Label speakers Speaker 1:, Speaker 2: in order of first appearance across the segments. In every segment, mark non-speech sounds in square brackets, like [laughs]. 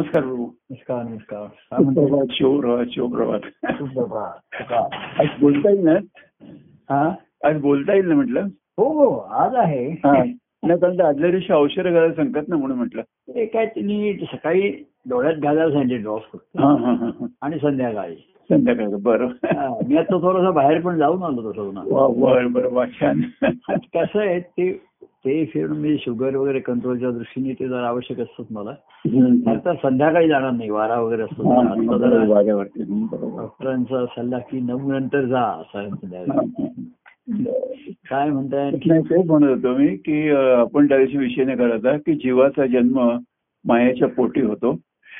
Speaker 1: सर्व
Speaker 2: नमस्कार नमस्कार काय म्हणताय?
Speaker 1: [laughs] प्रभात शिवप्रभात शिवप्रभात
Speaker 2: सुप्रभात. सुप्रभात.
Speaker 1: आज बोलता येईल ना
Speaker 2: हा?
Speaker 1: आज बोलता येईल ना म्हटलं
Speaker 2: हो हो आज आहे
Speaker 1: हा नाही कारण ते आदल्या दिवशी औषध घालायला सांगतात ना म्हणून म्हटलं
Speaker 2: ते काय त्यांनी सकाळी डोळ्यात घालायला सांगितले ड्रॉप करून.
Speaker 1: हा हा हा हा
Speaker 2: आणि संध्याकाळी
Speaker 1: संध्याकाळ बरं
Speaker 2: हा, मी आता थोडासा बाहेर पण जाऊन आलो तसं ना
Speaker 1: वा बर बर वा छान
Speaker 2: कसं आहे ते ते फिरून मी शुगर वगैरे कंट्रोलच्या दृष्टीने ते जरा आवश्यक असतात मला
Speaker 1: हम्म.
Speaker 2: आता संध्याकाळी जाणार नाही वारा वगैरे असतो
Speaker 1: हा, हा,
Speaker 2: आता
Speaker 1: बरोबर,
Speaker 2: जरा
Speaker 1: वाऱ्यावरती. हम्म, बरोबर.
Speaker 2: डॉक्टरांचा सल्ला की नऊ नंतर जा असं
Speaker 1: हा,
Speaker 2: संध्याकाळी
Speaker 1: हा.
Speaker 2: काय म्हणताय आणखी?
Speaker 1: नाही, तेच म्हणत होतो मी की अं, आपण त्या दिवशी विषय नाही करायचा की जीवाचा जन्म मायाच्या पोटी होतो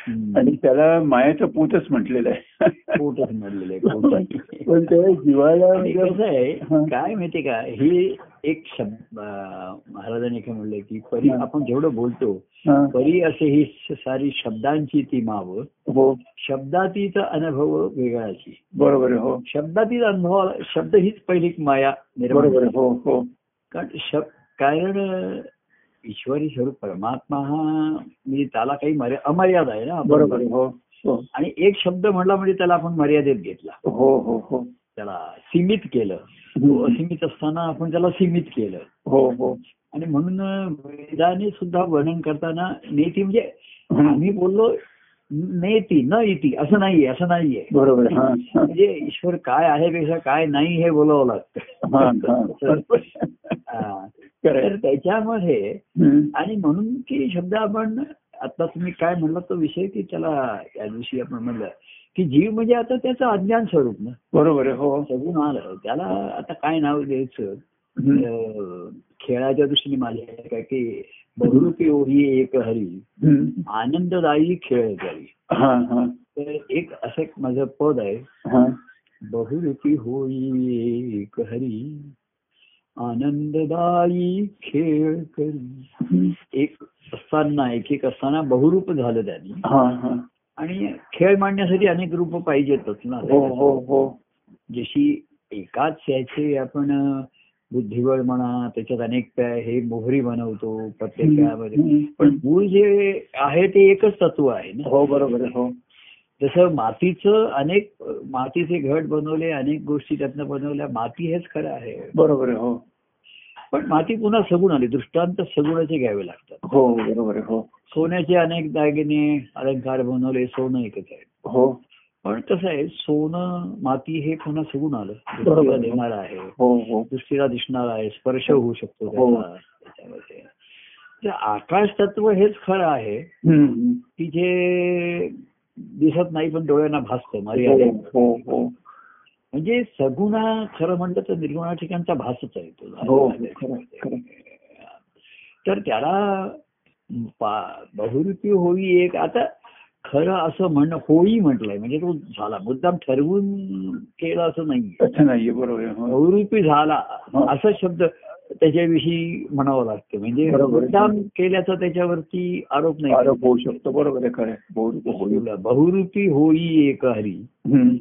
Speaker 2: हम्म.
Speaker 1: आणि त्याला मायाचा पूतच म्हटलेला आहे
Speaker 2: पोटच म्हणलेलं आहे पोटच.
Speaker 1: [laughs] पण ते जीवाला
Speaker 2: आणि कसं
Speaker 1: हा.
Speaker 2: आहे काय माहिती का ही एक शब्द अं, महाराजांनी काय म्हणलं की परी
Speaker 1: हा.
Speaker 2: आपण जेवढं बोलतो
Speaker 1: हा,
Speaker 2: परी असे ही स- सारी शब्दांची ती माव
Speaker 1: हो
Speaker 2: शब्दातीचा अनुभव वेगळाची
Speaker 1: बरोबर आहे, हो
Speaker 2: शब्दातील अनुभव शब्द हीच पहिली एक माया निर्माण
Speaker 1: बरोबर आहे, हो हो
Speaker 2: कारण शब्द कारण अं, ईश्वरी स्वरूप परमात्मा हा म्हणजे त्याला काही मर्या अमर्याद आहे ना आपण.
Speaker 1: बरोबर आहे, हो हो
Speaker 2: आणि एक शब्द म्हणला म्हणजे त्याला आपण मर्यादेत घेतला
Speaker 1: हो हो हो
Speaker 2: त्याला सीमित केलं तो
Speaker 1: हम्म.
Speaker 2: असीमित असताना आपण त्याला सीमित केलं
Speaker 1: हो हो
Speaker 2: आणि म्हणून वेदाने सुद्धा वर्णन करताना नेती म्हणजे
Speaker 1: हम्म.
Speaker 2: आम्ही बोललो नेती न इति असं नाहीये असं नाहीये
Speaker 1: बरोबर आहे, हा, हा.
Speaker 2: म्हणजे ईश्वर काय आहे पेक्षा काय नाही हे बोलावं
Speaker 1: हा,
Speaker 2: लागतं
Speaker 1: हा.
Speaker 2: हा. तर
Speaker 1: Correct.
Speaker 2: त्याच्यामध्ये
Speaker 1: हम्म.
Speaker 2: आणि म्हणून की शब्द आपण आता तुम्ही काय म्हणला तो विषय की त्याला या दिवशी आपण म्हणलं की जीव म्हणजे आता त्याचं अज्ञान स्वरूप ना
Speaker 1: बरोबर आहे, हो
Speaker 2: सगून आलं त्याला आता काय नाव द्यायचं
Speaker 1: हम्म.
Speaker 2: अं, खेळाच्या दृष्टीने माझे काय की बहुरूपी ओही एक हरी
Speaker 1: हम्म.
Speaker 2: आनंददायी खेळ करी
Speaker 1: हा हा
Speaker 2: तर एक असं एक माझं पद आहे
Speaker 1: हा
Speaker 2: बहुरूपी होई एक हरी आनंददायी खेळ करी
Speaker 1: हम्म.
Speaker 2: एक असताना एक एक असताना बहुरूप झालं त्यांनी
Speaker 1: हा हा
Speaker 2: आणि खेळ मांडण्यासाठी अनेक रूप पाहिजेतच ना
Speaker 1: हो हो हो
Speaker 2: जशी एकाच याचे आपण अ, बुद्धिबळ म्हणा त्याच्यात अनेक त्या हे मोहरी बनवतो प्रत्येक
Speaker 1: हम्म.
Speaker 2: खेळामध्ये
Speaker 1: हम्म.
Speaker 2: पण मूळ जे आहे ते एकच तत्व आहे ना
Speaker 1: हो बरोबर आहे, हो
Speaker 2: जसं मातीचं अनेक अ, मातीचे घट बनवले अनेक गोष्टी त्यातनं बनवल्या माती हेच खरं आहे
Speaker 1: बरोबर आहे, हो
Speaker 2: पण माती पुन्हा सगुण आली दृष्टांत सगुणाचे घ्यावे लागतात
Speaker 1: हो बरोबर आहे, हो
Speaker 2: सोन्याचे अनेक दागिने अलंकार बनवले सोनं एकच आहे
Speaker 1: हो
Speaker 2: पण कसं आहे सोनं माती हे पुन्हा सगुण आलं
Speaker 1: बरोबर.
Speaker 2: दृष्टीला देणार आहे
Speaker 1: हो हो
Speaker 2: दृष्टीला दिसणार आहे स्पर्श होऊ शकतो त्याचा
Speaker 1: हो.
Speaker 2: त्याच्यामध्ये तर आकाश तत्व हेच खरं आहे
Speaker 1: हम्म, हम्म.
Speaker 2: की जे दिसत नाही पण डोळ्यांना भासतं
Speaker 1: हो
Speaker 2: मर्यादा
Speaker 1: हो हो
Speaker 2: म्हणजे सगुणा खरं म्हणलं तर निर्गुणा ठिकाणचा भासच आहे तो
Speaker 1: हो, हो, खरं, खरं.
Speaker 2: तर त्याला पा- बहुरूपी होई एक आता खरं असं म्हणणं होई म्हटलंय म्हणजे तो झाला मुद्दाम ठरवून केला असं नाही
Speaker 1: अच्छा नाहीये बरोबर आहे, हो
Speaker 2: बहुरूपी झाला
Speaker 1: हो.
Speaker 2: असा शब्द त्याच्याविषयी म्हणावा लागतो म्हणजे
Speaker 1: बरोबर.
Speaker 2: मुद्दाम केल्याचा त्याच्यावरती आरोप नाही
Speaker 1: आरोप होऊ शकतो बरोबर आहे खरं आहे. बहुरूप होईल
Speaker 2: बहुरूपी होई एक हरी
Speaker 1: हम्म.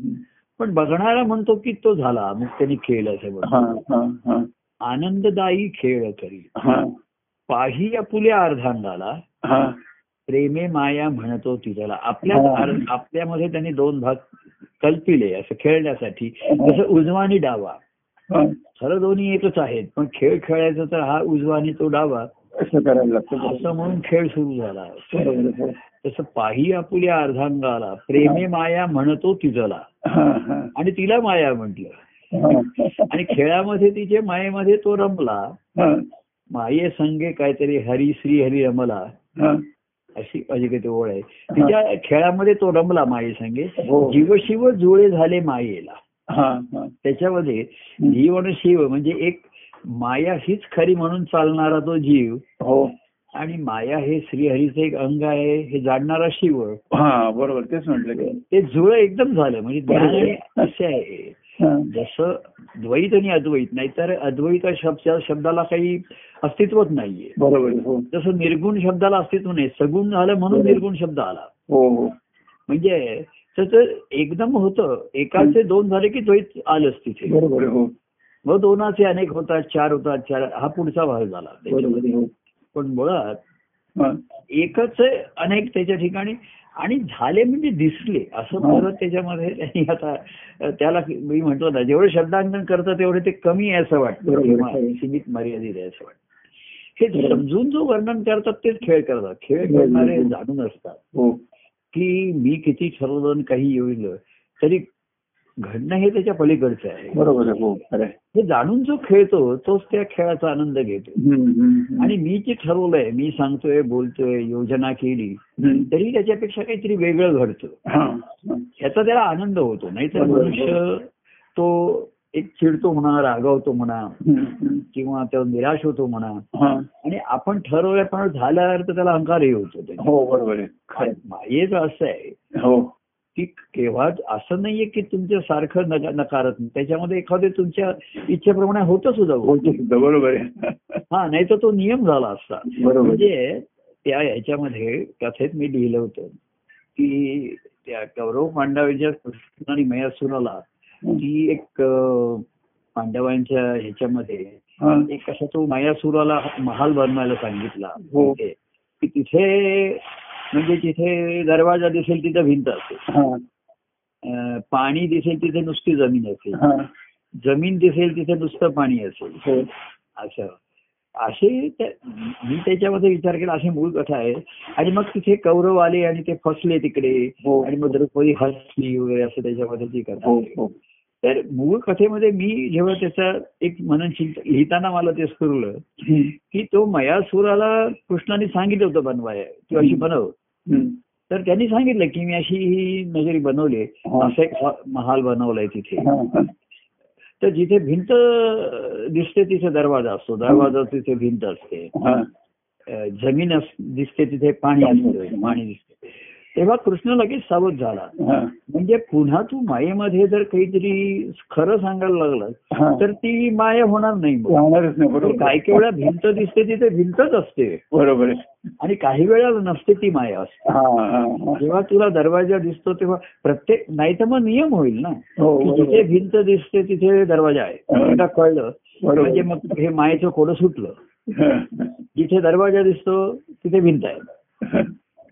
Speaker 2: पण बघणारा म्हणतो की तो झाला मग त्यांनी खेळ असं
Speaker 1: हा,
Speaker 2: म्हणतो
Speaker 1: हा, हा,
Speaker 2: आनंददायी खेळ करी
Speaker 1: हा,
Speaker 2: पाही आपुल्या अर्धांगाला
Speaker 1: हा.
Speaker 2: प्रेमे माया म्हणतो तिच्याला आपल्या
Speaker 1: हा.
Speaker 2: अर्ध- आपल्यामध्ये त्यांनी दोन भाग कल्पिले असं खेळण्यासाठी जसं उजवा आणि डावा
Speaker 1: हा.
Speaker 2: खरं दोन्ही एकच आहेत पण खेळ खेळायचा तर हा उजवा आणि तो डावा
Speaker 1: असं करायला लागतं
Speaker 2: असं म्हणून खेळ सुरू झाला
Speaker 1: बरोबर आहे, हो.
Speaker 2: तसं पाही आपुल्या अर्धांगाला प्रेमे माया म्हणतो तिजला
Speaker 1: हा, हा,
Speaker 2: आणि तिला माया म्हटलं
Speaker 1: हा.
Speaker 2: आणि खेळामध्ये तिचे मायेमध्ये तो रमला
Speaker 1: हा,
Speaker 2: माये संगे काहीतरी हरी श्री हरी रमला
Speaker 1: हा.
Speaker 2: अशी अजिकेत ओळ आहे तिच्या खेळामध्ये तो रमला माये संगे
Speaker 1: हो.
Speaker 2: जीवशिव जुळे झाले मायेला
Speaker 1: हा, हा.
Speaker 2: त्याच्यामध्ये जीव आणि शिव म्हणजे एक माया हीच खरी म्हणून चालणारा तो जीव
Speaker 1: हो
Speaker 2: आणि माया हे श्रीहरीचं एक अंग आहे हे जाणणारा शिव
Speaker 1: हा बरोबर तेच म्हटलं की
Speaker 2: ते जुळं एकदम झालं म्हणजे ज्ञान आणि
Speaker 1: बरोबर.
Speaker 2: असे आहे
Speaker 1: हा.
Speaker 2: जसं द्वैत आणि अद्वैत नाहीतर अद्वैत या शब्द या शब्दाला काही अस्तित्वच नाहीये
Speaker 1: बरोबर आहे, हो
Speaker 2: जसं निर्गुण शब्दाला अस्तित्व नाही सगुण झालं म्हणून
Speaker 1: बरोबर.
Speaker 2: निर्गुण शब्द आला
Speaker 1: हो हो
Speaker 2: म्हणजे त्याचं एकदम होतं एकाचे दोन झाले की द्वैत आलंच तिथे
Speaker 1: बरोबर आहे, हो
Speaker 2: मग दोनाचे अनेक होतात चार होतात चार हा पुढचा भाग झाला
Speaker 1: बरोबर
Speaker 2: त्याच्यामध्ये
Speaker 1: आहे, हो
Speaker 2: पण मुळात
Speaker 1: हा.
Speaker 2: एकच आहे, अनेक त्याच्या ठिकाणी आणि झाले म्हणजे दिसले असं
Speaker 1: हो.
Speaker 2: परत त्याच्यामध्ये त्यांनी आता अ, त्याला मी म्हटलं ना जेवढे शब्दांकन करतं तेवढे ते कमी आहे असं वाटतं
Speaker 1: बरोबर.
Speaker 2: किंवा सीमित मर्यादित आहे असं वाटतं हे
Speaker 1: बरोबर.
Speaker 2: समजून जो वर्णन करतात तेच खेळ करतात खेळ
Speaker 1: बरोबर.
Speaker 2: करणारे जाणून असतात
Speaker 1: हो
Speaker 2: की मी किती ठरवलं आणि काही येईल तरी घडणं हे त्याच्या पलीकडचं आहे
Speaker 1: बरोबर आहे हो खरं आहे.
Speaker 2: हे जाणून जो खेळतो तोच त्या खेळाचा आनंद घेतो
Speaker 1: हम्म, हम्म, हम्म.
Speaker 2: आणि मी जे ठरवलंय मी सांगतोय बोलतोय योजना केली
Speaker 1: हम्म.
Speaker 2: तरी त्याच्यापेक्षा काहीतरी वेगळं घडतं
Speaker 1: हा, हा.
Speaker 2: याचा त्याला आनंद होतो नाहीतर
Speaker 1: बरोबर.
Speaker 2: मनुष्य तो एक चिडतो म्हणा रागावतो म्हणा
Speaker 1: हम्म, हम्म.
Speaker 2: किंवा तो निराश होतो म्हणा
Speaker 1: हा.
Speaker 2: आणि आपण ठरवल्याप्रमाणे झाल्यावर तर त्याला अहंकारही होतो त्याचा.
Speaker 1: हो बरोबर आहे खरं आहे.
Speaker 2: हेच असं आहे
Speaker 1: हो
Speaker 2: की केव्हा असं नाहीये की तुमच्या सारखं नका- नकारात्मक त्याच्यामध्ये एखादे तुमच्या इच्छेप्रमाणे होतं सुद्धा
Speaker 1: हो, ते सुद्धा बरोबर आहे
Speaker 2: हा नाही तर तो नियम झाला असता
Speaker 1: बरोबर आहे.
Speaker 2: म्हणजे त्या याच्यामध्ये कथेत मी लिहिलं होतं की त्या कौरव पांडवांच्या कृष्ण आणि मयासुराला ती एक अं, पांडवांच्या ह्याच्यामध्ये
Speaker 1: हा.
Speaker 2: एक कसा तो मयासुराला महाल बनवायला सांगितला
Speaker 1: हो.
Speaker 2: म्हणजे की तिथे म्हणजे जिथे दरवाजा दिसेल तिथे भिंत असेल
Speaker 1: हा,
Speaker 2: अं, पाणी दिसेल तिथे नुसती जमीन असेल
Speaker 1: हा.
Speaker 2: जमीन दिसेल तिथे नुसतं पाणी असेल
Speaker 1: हो
Speaker 2: असं असे त्या- मी त्याच्यामध्ये विचार केला अशी मूळ कथा आहे आणि मग तिथे कौरव आले आणि ते फसले तिकडे
Speaker 1: हो.
Speaker 2: आणि मग द्रौपदी हसली वगैरे असं त्याच्यामध्ये ती कथा
Speaker 1: हो
Speaker 2: आहे.
Speaker 1: हो
Speaker 2: तर मूळ कथेमध्ये मी जेव्हा त्याचा एक मनन चिंतन लिहिताना मला ते स्फुरलं
Speaker 1: हम्म,
Speaker 2: की तो मयासुराला कृष्णाने सांगितलं होतं बनवाय तू अशी बनव
Speaker 1: हम्म.
Speaker 2: तर त्यांनी सांगितलं की मी अशी ही नगरी बनवली
Speaker 1: हा.
Speaker 2: असं एक महाल बनवलाय तिथे
Speaker 1: हा, हा.
Speaker 2: तर जिथे भिंत अ, दिसते तिथे दरवाजा असतो दरवाजा तिथे भिंत असते
Speaker 1: हा.
Speaker 2: अ, जमीन अस- दिसते तिथे पाणी असतं पाणी दिसते तेव्हा कृष्ण लगेच सावध झाला
Speaker 1: हा,
Speaker 2: म्हणजे पुन्हा तू मायेमध्ये जर काहीतरी खरं सांगायला लागलं
Speaker 1: हा.
Speaker 2: तर ती माया होणार नाही मग
Speaker 1: राहणारच नाही बरोबर
Speaker 2: काही काही वेळा भिंत दिसते तिथे भिंतच असते
Speaker 1: बरोबर आहे
Speaker 2: आणि काही वेळा नसते ती माया असते
Speaker 1: हा, हा, हा.
Speaker 2: जेव्हा तुला दरवाजा दिसतो तेव्हा प्रत्येक नाही तर मग नियम होईल ना
Speaker 1: हो
Speaker 2: की
Speaker 1: बरोबर
Speaker 2: जिथे
Speaker 1: आहे.
Speaker 2: भिंत दिसते तिथे दरवाजा आहे एकदा कळलं
Speaker 1: बरोबर.
Speaker 2: म्हणजे मग हे मायेचं कोडं सुटलं
Speaker 1: हा,
Speaker 2: जिथे दरवाजा दिसतो तिथे भिंत आहे
Speaker 1: हा.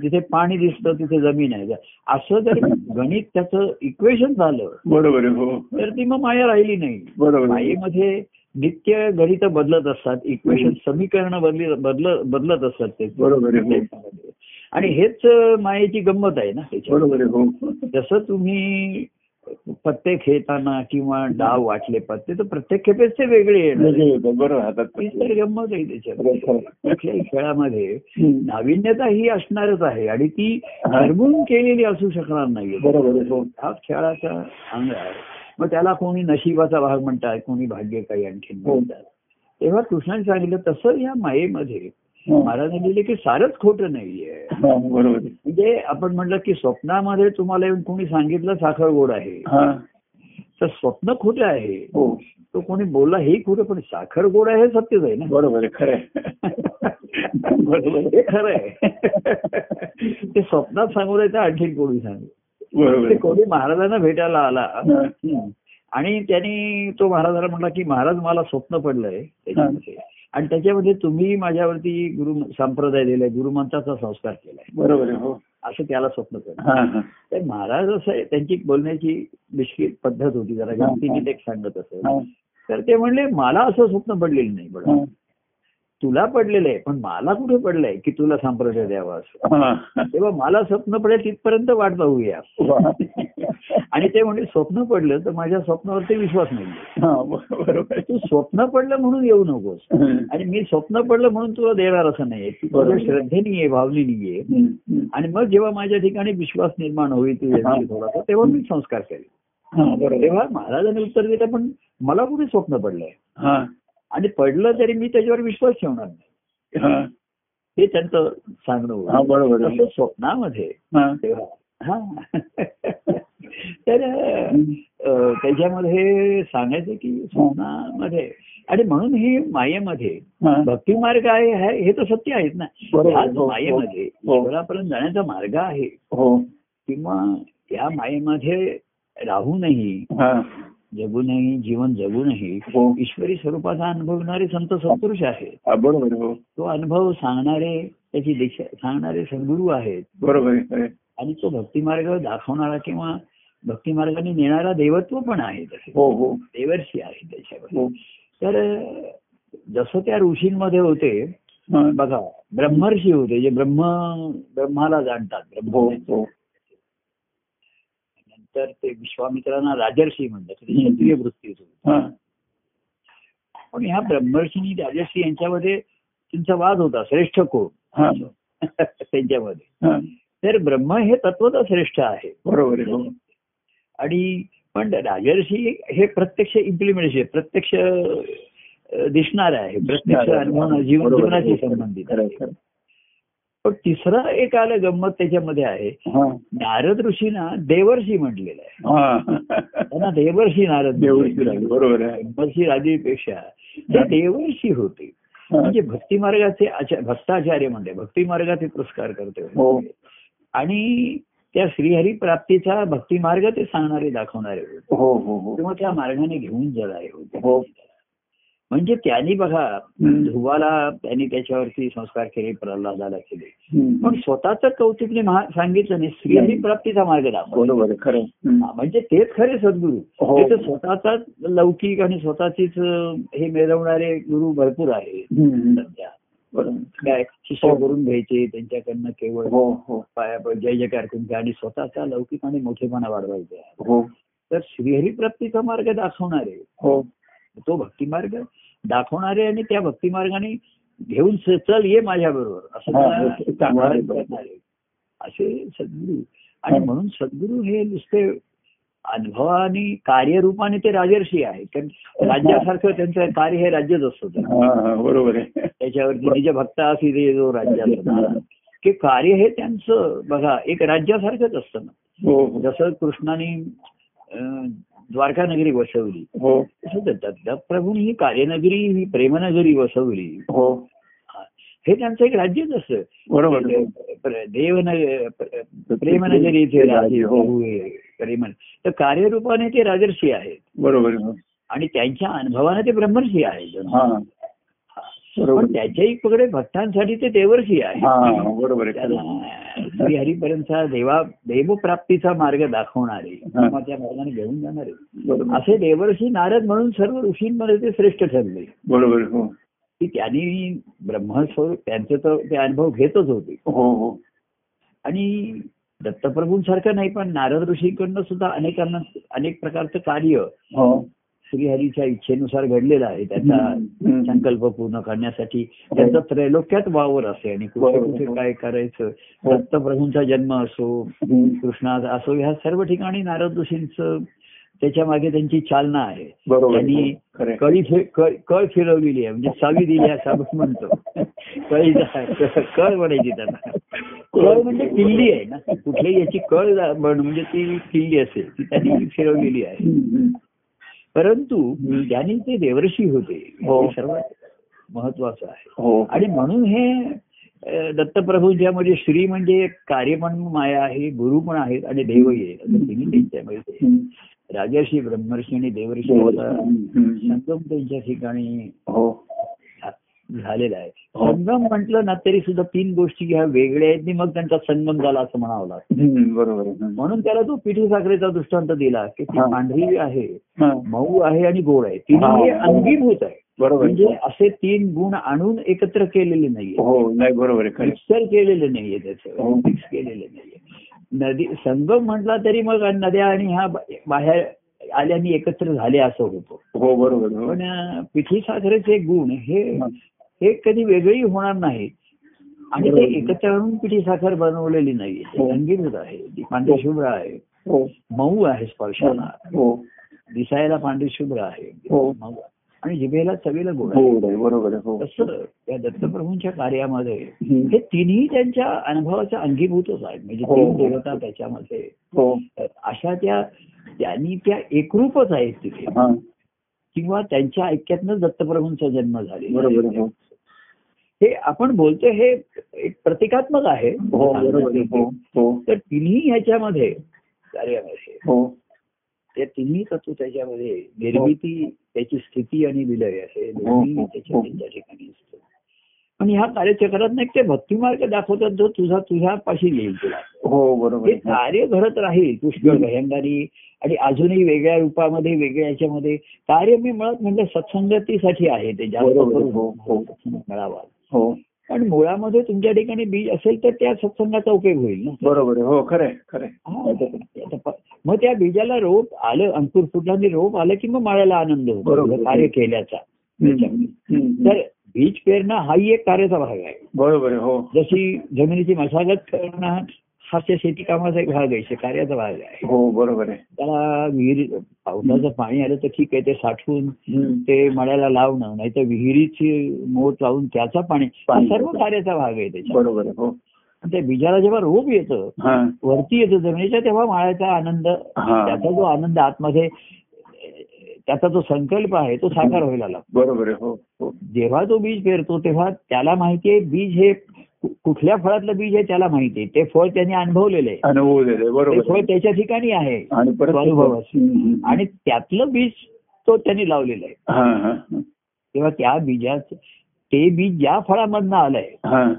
Speaker 2: जिथे पाणी दिसतं तिथे जमीन आहे असं जर गणित त्याचं इक्वेशन झालं
Speaker 1: बरोबर आहे हो
Speaker 2: तर ती मग माया राहिली नाही
Speaker 1: बरोबर आहे.
Speaker 2: मायेमध्ये नित्य गणित बदलत असतात इक्वेशन समीकरण बदली बदल बदलत असतात ते
Speaker 1: बरोबर आहे हो
Speaker 2: आणि हेच अं, मायेची गंमत आहे ना त्याच्यात
Speaker 1: बरोबर आहे हो [laughs]
Speaker 2: जसं तुम्ही पत्ते खेळताना किंवा डाव वाटले पत्ते तर प्रत्येक खेपेच ते वेगळे येणार
Speaker 1: वेगळे येतात, बरोबर हातात
Speaker 2: हीच तर गंमत आहे
Speaker 1: [laughs]
Speaker 2: त्याच्यात
Speaker 1: बरोबर.
Speaker 2: कुठल्याही खेळामध्ये
Speaker 1: हम्म.
Speaker 2: नाविन्यता ही असणारच आहे आणि ती ठरवून केलेली असू शकणार नाहीये
Speaker 1: बरोबर आहे हो
Speaker 2: हा खेळाचा अंग आहे मग त्याला कोणी नशिबाचा भाग म्हणतात कोणी भाग्य काही आणखी
Speaker 1: हो.
Speaker 2: म्हणतात तेव्हा कृष्णाने सांगितलं तसं या मायेमध्ये
Speaker 1: हा.
Speaker 2: महाराजांनी लिहिले की सारंच खोटं नाहीये
Speaker 1: हा, बरोबर आहे.
Speaker 2: म्हणजे आपण म्हटलं की स्वप्नामध्ये तुम्हाला येऊन कोणी सांगितलं साखर गोड आहे
Speaker 1: हा
Speaker 2: तर स्वप्न खोटं आहे
Speaker 1: हो
Speaker 2: तो कोणी बोलला हे खोटं पण साखर गोड आहे हे सत्यच आहे ना
Speaker 1: बरोबर आहे [laughs] खरं आहे. बरोबर आहे.
Speaker 2: हे खरं आहे ते स्वप्नात सांगू नये तर आणखी कोणी सांगू
Speaker 1: बरोबर
Speaker 2: ते
Speaker 1: आहे.
Speaker 2: कोणी महाराजांना भेटायला आला
Speaker 1: हा.
Speaker 2: आणि त्यांनी तो महाराजाला म्हटला की महाराज मला स्वप्न पडलंय त्याच्यामध्ये आणि त्याच्यामध्ये तुम्ही माझ्यावरती गुरु संप्रदाय दिलाय गुरुमंताचा संस्कार केलाय
Speaker 1: बरोबर आहे हो
Speaker 2: असं त्याला स्वप्न पडलं
Speaker 1: हा हा
Speaker 2: तर महाराज असं आहे, त्यांची एक बोलण्याची मिश्कित पद्धत होती जरा
Speaker 1: हा, हा.
Speaker 2: गमतीने ते सांगत असत
Speaker 1: हा,
Speaker 2: तर ते म्हणले मला असं स्वप्न पडलेलं नाही
Speaker 1: हा.
Speaker 2: बघा तुला पडलेलं आहे पण मला कुठे पडलंय की तुला संप्रदाय द्यावा असं
Speaker 1: हा.
Speaker 2: तेव्हा मला स्वप्न पडेल तिथपर्यंत वाट पाहूया
Speaker 1: वा.
Speaker 2: आणि ते म्हणजे स्वप्न पडलं तर माझ्या स्वप्नावरती विश्वास नाही
Speaker 1: हा, बरोबर आहे.
Speaker 2: तू स्वप्न पडलं म्हणून येऊ नकोस
Speaker 1: हम्म.
Speaker 2: आणि मी स्वप्न पडलं म्हणून तुला देणार असं नाहीये तू तुझ्या
Speaker 1: बरोबर.
Speaker 2: श्रद्धेनीये भावनेनीये
Speaker 1: हम्म, हम्म.
Speaker 2: आणि मग जेव्हा माझ्या ठिकाणी विश्वास निर्माण होईल तुझ्याशी
Speaker 1: हा.
Speaker 2: थोडासा तेव्हा मी संस्कार करेल
Speaker 1: हा, बरोबर आहे.
Speaker 2: तेव्हा महाराजांनी उत्तर दिलं पण मला कुठे स्वप्न पडलंय
Speaker 1: हा,
Speaker 2: आणि पडलं तरी मी त्याच्यावर विश्वास ठेवणार नाही
Speaker 1: हा.
Speaker 2: हे त्यांचं सांगणं
Speaker 1: हा,
Speaker 2: होतं
Speaker 1: बरोबर आहे.
Speaker 2: तसं स्वप्नामध्ये
Speaker 1: हा.
Speaker 2: तेव्हा हा [laughs] तर अं, त्याच्यामध्ये सांगायचं की स्वप्नामध्ये आणि म्हणून हे मायेमध्ये
Speaker 1: हा.
Speaker 2: भक्ती मार्ग आहे हे हे तर सत्य आहेत ना
Speaker 1: बरोबर.
Speaker 2: ह्याच
Speaker 1: हो, हो.
Speaker 2: मायेमध्ये
Speaker 1: हो.
Speaker 2: ईश्वरापर्यंत जाण्याचा मार्ग आहे
Speaker 1: हो
Speaker 2: किंवा या मायेमध्ये राहूनही
Speaker 1: हा
Speaker 2: जगूनही जीवन जगूनही
Speaker 1: हो
Speaker 2: ईश्वरी स्वरूपाचा अनुभवणारे संत सत्पुरुष आहेत
Speaker 1: हा, बरोबर आहे. हो
Speaker 2: तो अनुभव सांगणारे त्याची दिशा सांगणारे सद्गुरू आहेत
Speaker 1: बरोबर आहे. खरं आहे.
Speaker 2: आणि तो भक्तिमार्ग दाखवणारा किंवा भक्तिमार्गाने नेणारा देवत्व पण आहे तसे
Speaker 1: हो हो
Speaker 2: देवर्षी आहे त्याच्यावर
Speaker 1: हो
Speaker 2: तर अं, जसं त्या ऋषींमध्ये होते
Speaker 1: हा, बघ.
Speaker 2: बघा ब्रह्मर्षी होते जे ब्रह्म ब्रह्माला जाणतात
Speaker 1: हो
Speaker 2: ब्रह्म
Speaker 1: हो
Speaker 2: नंतर ते विश्वामित्रांना राजर्षी म्हणतात ते
Speaker 1: हम्म.
Speaker 2: क्षत्रिय वृत्ती होती
Speaker 1: हा,
Speaker 2: पण ह्या ब्रह्मर्षीनी राजर्षी यांच्यामध्ये त्यांचा वाद होता श्रेष्ठ कोण
Speaker 1: हा,
Speaker 2: [laughs] त्यांच्यामध्ये
Speaker 1: हा.
Speaker 2: तर ब्रह्म हे तत्वतः श्रेष्ठ आहे
Speaker 1: बरोबर आहे हो
Speaker 2: आणि पण राजर्षी हे प्रत्यक्ष इम्प्लिमेंटेशन प्रत्यक्ष दिसणार आहे प्रत्यक्ष अनुभवणार जीवन
Speaker 1: बरोबर आहे.
Speaker 2: जीवनाशी संबंधित
Speaker 1: खरं आहे,
Speaker 2: आहे.
Speaker 1: खरं
Speaker 2: पण तिसरा एक आलं गंमत त्याच्यामध्ये आहे
Speaker 1: आहे. हा,
Speaker 2: नारद ऋषीना देवर्षी म्हटलेलं आहे
Speaker 1: हा.
Speaker 2: त्यांना देवर्षी नारद
Speaker 1: देवळी राहिली, बरोबर आहे
Speaker 2: ब्रह्मर्षी राजेपेक्षा ते देवर्षी होते
Speaker 1: हा,
Speaker 2: म्हणजे भक्ती मार्गाचे आचा- भक्ताचार्य म्हणते भक्ती मार्गाचे पुरस्कार करते
Speaker 1: हो
Speaker 2: आणि त्या श्रीहरी प्राप्तीचा भक्ती मार्ग ते सांगणारे दाखवणारे होते
Speaker 1: हो हो हो
Speaker 2: तेव्हा त्या मार्गाने घेऊन जाणारे होते
Speaker 1: हो
Speaker 2: म्हणजे त्यांनी बघा
Speaker 1: हम्म.
Speaker 2: ध्रुवाला त्यांनी त्याच्यावरती संस्कार केले प्रल्हादाला केले
Speaker 1: हम्म.
Speaker 2: पण स्वतःच कौतुकने महा- सांगितलं नाही श्रीहरी प्राप्तीचा मार्ग दाखवला
Speaker 1: बरोबर आहे खरं आहे. हम्म.
Speaker 2: हा, म्हणजे तेच खरे सद्गुरू
Speaker 1: हो.
Speaker 2: त्याचं स्वतःचाच लौकिक आणि स्वतःचीच अं, हे मिळवणारे गुरु भरपूर आहेत
Speaker 1: हम्म.
Speaker 2: सध्या
Speaker 1: बरोबर.
Speaker 2: काय शिष्य
Speaker 1: हो.
Speaker 2: करून घ्यायचे त्यांच्याकडनं केवळ
Speaker 1: हो हो
Speaker 2: पाया जय जयकार तुमच्या आणि स्वतःचा लौकिक आणि मोठेपणा वाढवायचा
Speaker 1: हो
Speaker 2: तर श्रीहरी प्राप्तीचा मार्ग दाखवणारे
Speaker 1: हो
Speaker 2: तो भक्तिमार्ग दाखवणारे आणि त्या भक्तिमार्गाने घेऊन स- चल ये माझ्या बरोबर असं
Speaker 1: हा,
Speaker 2: त्याला
Speaker 1: ते सांगणारे
Speaker 2: वळण
Speaker 1: बरोबर.
Speaker 2: करणारे. असे सद्गुरू आणि
Speaker 1: हा.
Speaker 2: म्हणून सद्गुरू हे नुसते अनुभवाने कार्यरूपाने ते राजर्षी आहेत कारण राज्यासारखं त्यांचं कार्य हे राज्यच असतं
Speaker 1: हा, हा, बरोबर आहे
Speaker 2: त्याच्यावरती निज भक्त असे ते जो राज्याचा
Speaker 1: हा.
Speaker 2: की कार्य हे त्यांचं बघा एक राज्यासारखंच असतं ना
Speaker 1: हो हो
Speaker 2: जसं कृष्णाने अं, द्वारका नगरी वसवली
Speaker 1: हो
Speaker 2: तसं दत्त- दत्तप्रभूंनी ही कार्यनगरी ही प्रेमनगरी वसवली
Speaker 1: हो
Speaker 2: हे त्यांचं एक राज्यच असतं
Speaker 1: बरोबर आहे.
Speaker 2: प्र- देवनग प्र- प्रेमनगरी इथे राजे
Speaker 1: हो.
Speaker 2: होय, प्रेमन तर कार्यरूपाने ते राजर्षी आहेत
Speaker 1: बरोबर आहे.
Speaker 2: आणि त्यांच्या अनुभवाने ते ब्रह्मर्षी आहेत
Speaker 1: हा बरोबर
Speaker 2: पण त्याच्याही पकडे भक्तांसाठी ते देवर्षी आहे
Speaker 1: हा बरोबर आहे खरं आहे.
Speaker 2: श्री हरिपर्यंतचा देवा देवप्राप्तीचा मार्ग दाखवणारे
Speaker 1: हा.
Speaker 2: किंवा त्या मार्गाने घेऊन जाणारे
Speaker 1: बरोबर आहे.
Speaker 2: असे देवर्षी नारद म्हणून सर्व ऋषींमध्ये ते श्रेष्ठ ठरले
Speaker 1: बरोबर आहे. हो
Speaker 2: की त्यांनी ब्रह्मस्वरूप त्यांचे तर ते अनुभव घेतच होते
Speaker 1: हो हो
Speaker 2: आणि दत्तप्रभूंसारखं नाही पण नारद ऋषीकडनं सुद्धा अनेकांना अनेक प्रकारचं कार्य
Speaker 1: हो
Speaker 2: श्रीहरीच्या इच्छेनुसार घडलेलं आहे त्याचा
Speaker 1: हम्म. हो.
Speaker 2: संकल्प पूर्ण करण्यासाठी त्याचा त्रैलोक्यात वावर असे आणि कुठे
Speaker 1: बरोबर.
Speaker 2: कुठे काय करायचं
Speaker 1: हो.
Speaker 2: दत्तप्रभूंचा जन्म असो
Speaker 1: हम्म.
Speaker 2: कृष्णाचा असो ह्या सर्व ठिकाणी नारद ऋषींचं त्याच्या मागे त्यांची चालना आहे
Speaker 1: बरोबर आहे.
Speaker 2: त्यांनी
Speaker 1: खरं आहे.
Speaker 2: [laughs] कळी फि- कळ कळ फिरवलेली आहे म्हणजे सावी दिली असं आपण म्हणतो कळी कळ म्हणायची त्यांना कळ म्हणजे किल्ली आहे ना कुठली याची कळ जा- बन- म्हणजे ती किल्ली असेल ती त्यांनी फिरवलेली आहे
Speaker 1: हम्म.
Speaker 2: परंतु
Speaker 1: हम्म.
Speaker 2: ज्यांनी ते देवर्षी होते
Speaker 1: हो.
Speaker 2: हे सर्वात महत्वाचं आहे
Speaker 1: हो
Speaker 2: आणि म्हणून हे अ, दत्तप्रभू ज्यामध्ये श्री म्हणजे कार्य पण माया आहे गुरु पण आहेत आणि देवही आहे असं तिन्ही त्यांच्यामध्ये
Speaker 1: हम्म.
Speaker 2: राजर्षी ब्रह्मर्षी आणि देवर्षी
Speaker 1: बरोबर
Speaker 2: असा
Speaker 1: आहे. हम्म.
Speaker 2: संगम त्यांच्या ठिकाणी
Speaker 1: हो
Speaker 2: झालेला आहे
Speaker 1: हो.
Speaker 2: संगम म्हटलं ना तरी सुद्धा तीन गोष्टी ह्या वेगळ्या आहेत आणि मग त्यांचा संगम झाला असं म्हणावं लागतं
Speaker 1: हम्म. बरोबर आहे. हम्म.
Speaker 2: म्हणून त्याला तो पिठी साखरेचा दृष्टांत दिला की ती
Speaker 1: हा.
Speaker 2: पांढरी आहे
Speaker 1: हा.
Speaker 2: मऊ आहे आणि गोड आहे तिन्ही
Speaker 1: हा. हो.
Speaker 2: अंगीभूत आहे
Speaker 1: बरोबर आहे.
Speaker 2: म्हणजे असे तीन गुण आणून एकत्र केलेले नाहीये
Speaker 1: हो नाही बरोबर आहे खरं आहे.
Speaker 2: मिक्सर केलेले नाहीये त्याचं
Speaker 1: हो.
Speaker 2: मिक्स केलेले नाहीये नदी संगम म्हटला तरी मग नद्या आणि ह्या बा- बाहेर आल्याने एकत्र झाले असं होतं
Speaker 1: हो बरोबर आहे. हो.
Speaker 2: पण अं, पिठी साखरेचे गुण हे हे कधी वेगळी होणार नाही आणि ते
Speaker 1: बरोबर.
Speaker 2: एकत्र आणून पिठी साखर बनवलेली नाहीये
Speaker 1: हो.
Speaker 2: ती अंगीभूत आहे ती पांढरीशुभ्र आहे
Speaker 1: हो
Speaker 2: मऊ आहे स्पर्शाला
Speaker 1: हो
Speaker 2: दिसायला पांढरीशुभ्र आहे
Speaker 1: हो.
Speaker 2: मऊ आहे. आणि जिभेला चवीला गोड आहे
Speaker 1: गोड आहे बरोबर आहे. हो
Speaker 2: तसं त्या दत्तप्रभूंच्या कार्यामध्ये
Speaker 1: हम्म.
Speaker 2: हे तिन्ही त्यांच्या अनुभवाच्या अंगीभूतच आहेत म्हणजे
Speaker 1: हो.
Speaker 2: तीन देवता त्याच्यामध्ये
Speaker 1: हो
Speaker 2: तर अशा त्या त्यांनी त्या एकरूपच आहेत तिथे
Speaker 1: हा
Speaker 2: किंवा त्यांच्या ऐक्यातनं दत्तप्रभूंचा जन्म झालेला
Speaker 1: बरोबर
Speaker 2: आहे.
Speaker 1: आहे. हो
Speaker 2: हे आपण बोलतोय हे एक प्रतिकात्मक आहे
Speaker 1: हो बरोबर आहे. हो हो
Speaker 2: तर तिन्ही ह्याच्यामध्ये कार्यामध्ये
Speaker 1: हो
Speaker 2: त्या तिन्ही तत्व त्याच्यामध्ये निर्मिती त्याची स्थिती आणि विलय असे दोन्ही
Speaker 1: हो.
Speaker 2: त्याच्या त्यांच्या ठिकाणी असतं पण ह्या कार्यचक्रात ना एक ते भक्तिमार्ग दाखवतात जो तुझा तुझ्या पाशी येईल तुला
Speaker 1: हो
Speaker 2: हे
Speaker 1: बरोबर हा.
Speaker 2: कार्य घडत राहील पुष्कळ भयंकारी आणि अजूनही वेगळ्या रूपामध्ये वेगळ्या ह्याच्यामध्ये कार्य मी मुळात म्हणजे सत्संगतीसाठी आहे ते जास्त
Speaker 1: बरोबर.
Speaker 2: करून
Speaker 1: हो, हो.
Speaker 2: सत्संग मिळावा
Speaker 1: हो
Speaker 2: पण मुळामध्ये तुमच्या ठिकाणी बीज असेल तर त्या सत्संगाचा उपयोग होईल ना
Speaker 1: बरोबर आहे. हो खरंय खरंय
Speaker 2: हा, आता प- मग त्या बीजाला रोप आलं अंकुर फुटला आणि रोप आलं की मग माळाला आनंद होतो
Speaker 1: बरोबर.
Speaker 2: तुझं कार्य केल्याचा
Speaker 1: हम्म. हम्म.
Speaker 2: तर बीज पेरणं हाही एक कार्याचा भाग आहे
Speaker 1: बरोबर आहे. हो
Speaker 2: जशी जमिनीची मशागत करणं हा त्या शेती कामाचा एक भाग आहे कार्याचा भाग आहे
Speaker 1: हो बरोबर आहे
Speaker 2: त्याला विहीर पावसाचं पाणी आलं तर ठीक आहे ते साठवून
Speaker 1: हम्म.
Speaker 2: ते मळ्याला लावणं नाहीतर विहिरीची मोठ लावून त्याचा पाणी हा
Speaker 1: पाणी.
Speaker 2: सर्व कार्याचा भाग आहे त्याच्या
Speaker 1: बरोबर आहे. हो
Speaker 2: त्या बीजाला जेव्हा रोप येतं
Speaker 1: हा
Speaker 2: वरती येतं जमिनीच्या तेव्हा माळ्याचा आनंद
Speaker 1: हा.
Speaker 2: त्याचा जो आनंद आतमध्ये अं, त्याचा जो संकल्प आहे तो साकार व्हायला लागतो
Speaker 1: बरोबर आहे. हो हो
Speaker 2: जेव्हा तो बीज पेरतो तेव्हा त्याला माहिती आहे बीज हे कु- कुठल्या फळातलं बीज आहे त्याला माहिती आहे ते फळ त्याने अनुभवलेलं आहे
Speaker 1: अनुभव दिले
Speaker 2: ते
Speaker 1: बरोबर
Speaker 2: फळ
Speaker 1: आहे.
Speaker 2: त्याच्या ठिकाणी आहे
Speaker 1: आणि परत
Speaker 2: अनुभव असतो.
Speaker 1: हम्म, हम्म.
Speaker 2: आणि त्यातलं बीज तो त्यांनी लावलेलं आहे
Speaker 1: हा हा हा.
Speaker 2: तेव्हा त्या बीजाचं ते बीज ज्या फळामधनं आलंय
Speaker 1: हा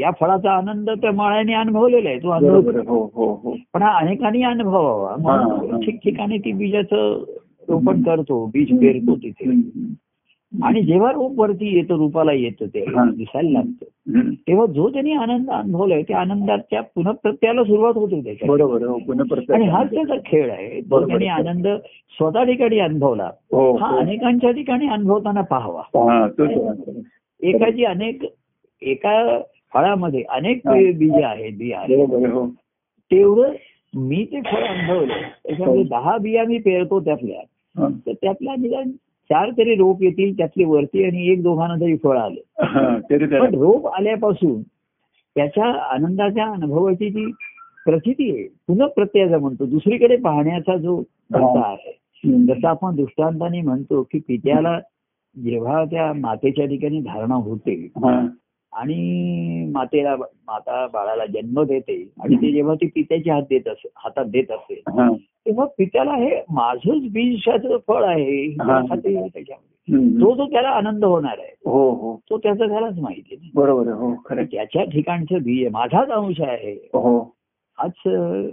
Speaker 2: त्या फळाचा आनंद त्या माळ्याने अनुभवलेला आहे तो
Speaker 1: बरोबर
Speaker 2: अनुभव
Speaker 1: आहे. हो हो हो
Speaker 2: पण हा अनेकांनी अनुभवावा
Speaker 1: हा, हा.
Speaker 2: म्हणून ठिकठिकाणी ती बीजाचं रोपण करतो बीज पेरतो तिथे
Speaker 1: हम्म,
Speaker 2: आणि जेव्हा रोप वरती येतं रूपाला येतं ते
Speaker 1: हा.
Speaker 2: दिसायला लागतं
Speaker 1: हम्म.
Speaker 2: तेव्हा जो त्यांनी आनंद अनुभवलाय त्या आनंदाच्या पुनप्रत्याला सुरुवात होते त्याच्या
Speaker 1: बरोबर आहे. हो पुन्हा परत
Speaker 2: आणि हाच त्याचा खेळ आहे जो
Speaker 1: बरोबर.
Speaker 2: त्यांनी आनंद स्वतः ठिकाणी अनुभवला
Speaker 1: हो
Speaker 2: हा
Speaker 1: हो.
Speaker 2: अनेकांच्या ठिकाणी अनुभवताना पाहावा
Speaker 1: हा तोच आहे.
Speaker 2: एकाची अनेक एका फळामध्ये अनेक
Speaker 1: हा.
Speaker 2: बीज आहेत बिया आहेत
Speaker 1: बरोबर आहे. हो
Speaker 2: तेवढं मी ते फळ अनुभवलं त्याच्यामध्ये
Speaker 1: हो.
Speaker 2: दहा बिया मी पेरतो त्यातल्या
Speaker 1: हा.
Speaker 2: तर त्यातल्या निदान चार तरी रोप येतील त्यातली वरती आणि एक दोघांना तरी फळ आलं
Speaker 1: हा, तरी
Speaker 2: पण
Speaker 1: त्याला
Speaker 2: रोप आल्यापासून त्याच्या आनंदाच्या अनुभवाची जी प्रचिती आहे पुनप्रत्ययाचा म्हणतो दुसरीकडे पाहण्याचा जो धंदा आहे जसं आपण दृष्टांताने म्हणतो की पित्याला जेव्हा त्या मातेच्या ठिकाणी धारणा होते
Speaker 1: हा
Speaker 2: आणि मातेला माता बाळाला जन्म देते आणि ते जेव्हा ती पित्याच्या हात देत असे हातात देत असे
Speaker 1: हा
Speaker 2: तेव्हा पित्याला हे माझंच बीजाचं फळ आहे हे
Speaker 1: हा.
Speaker 2: खाते त्याच्यामध्ये
Speaker 1: हम्म.
Speaker 2: तो जो त्याला आनंद होणार आहे
Speaker 1: हो हो
Speaker 2: तो त्याचा त्यालाच माहिती आहे.
Speaker 1: बरोबर आहे. हो खरं आहे.
Speaker 2: त्याच्या ठिकाणचं बीज आहे. माझाच अंश आहे
Speaker 1: हो
Speaker 2: आज अं,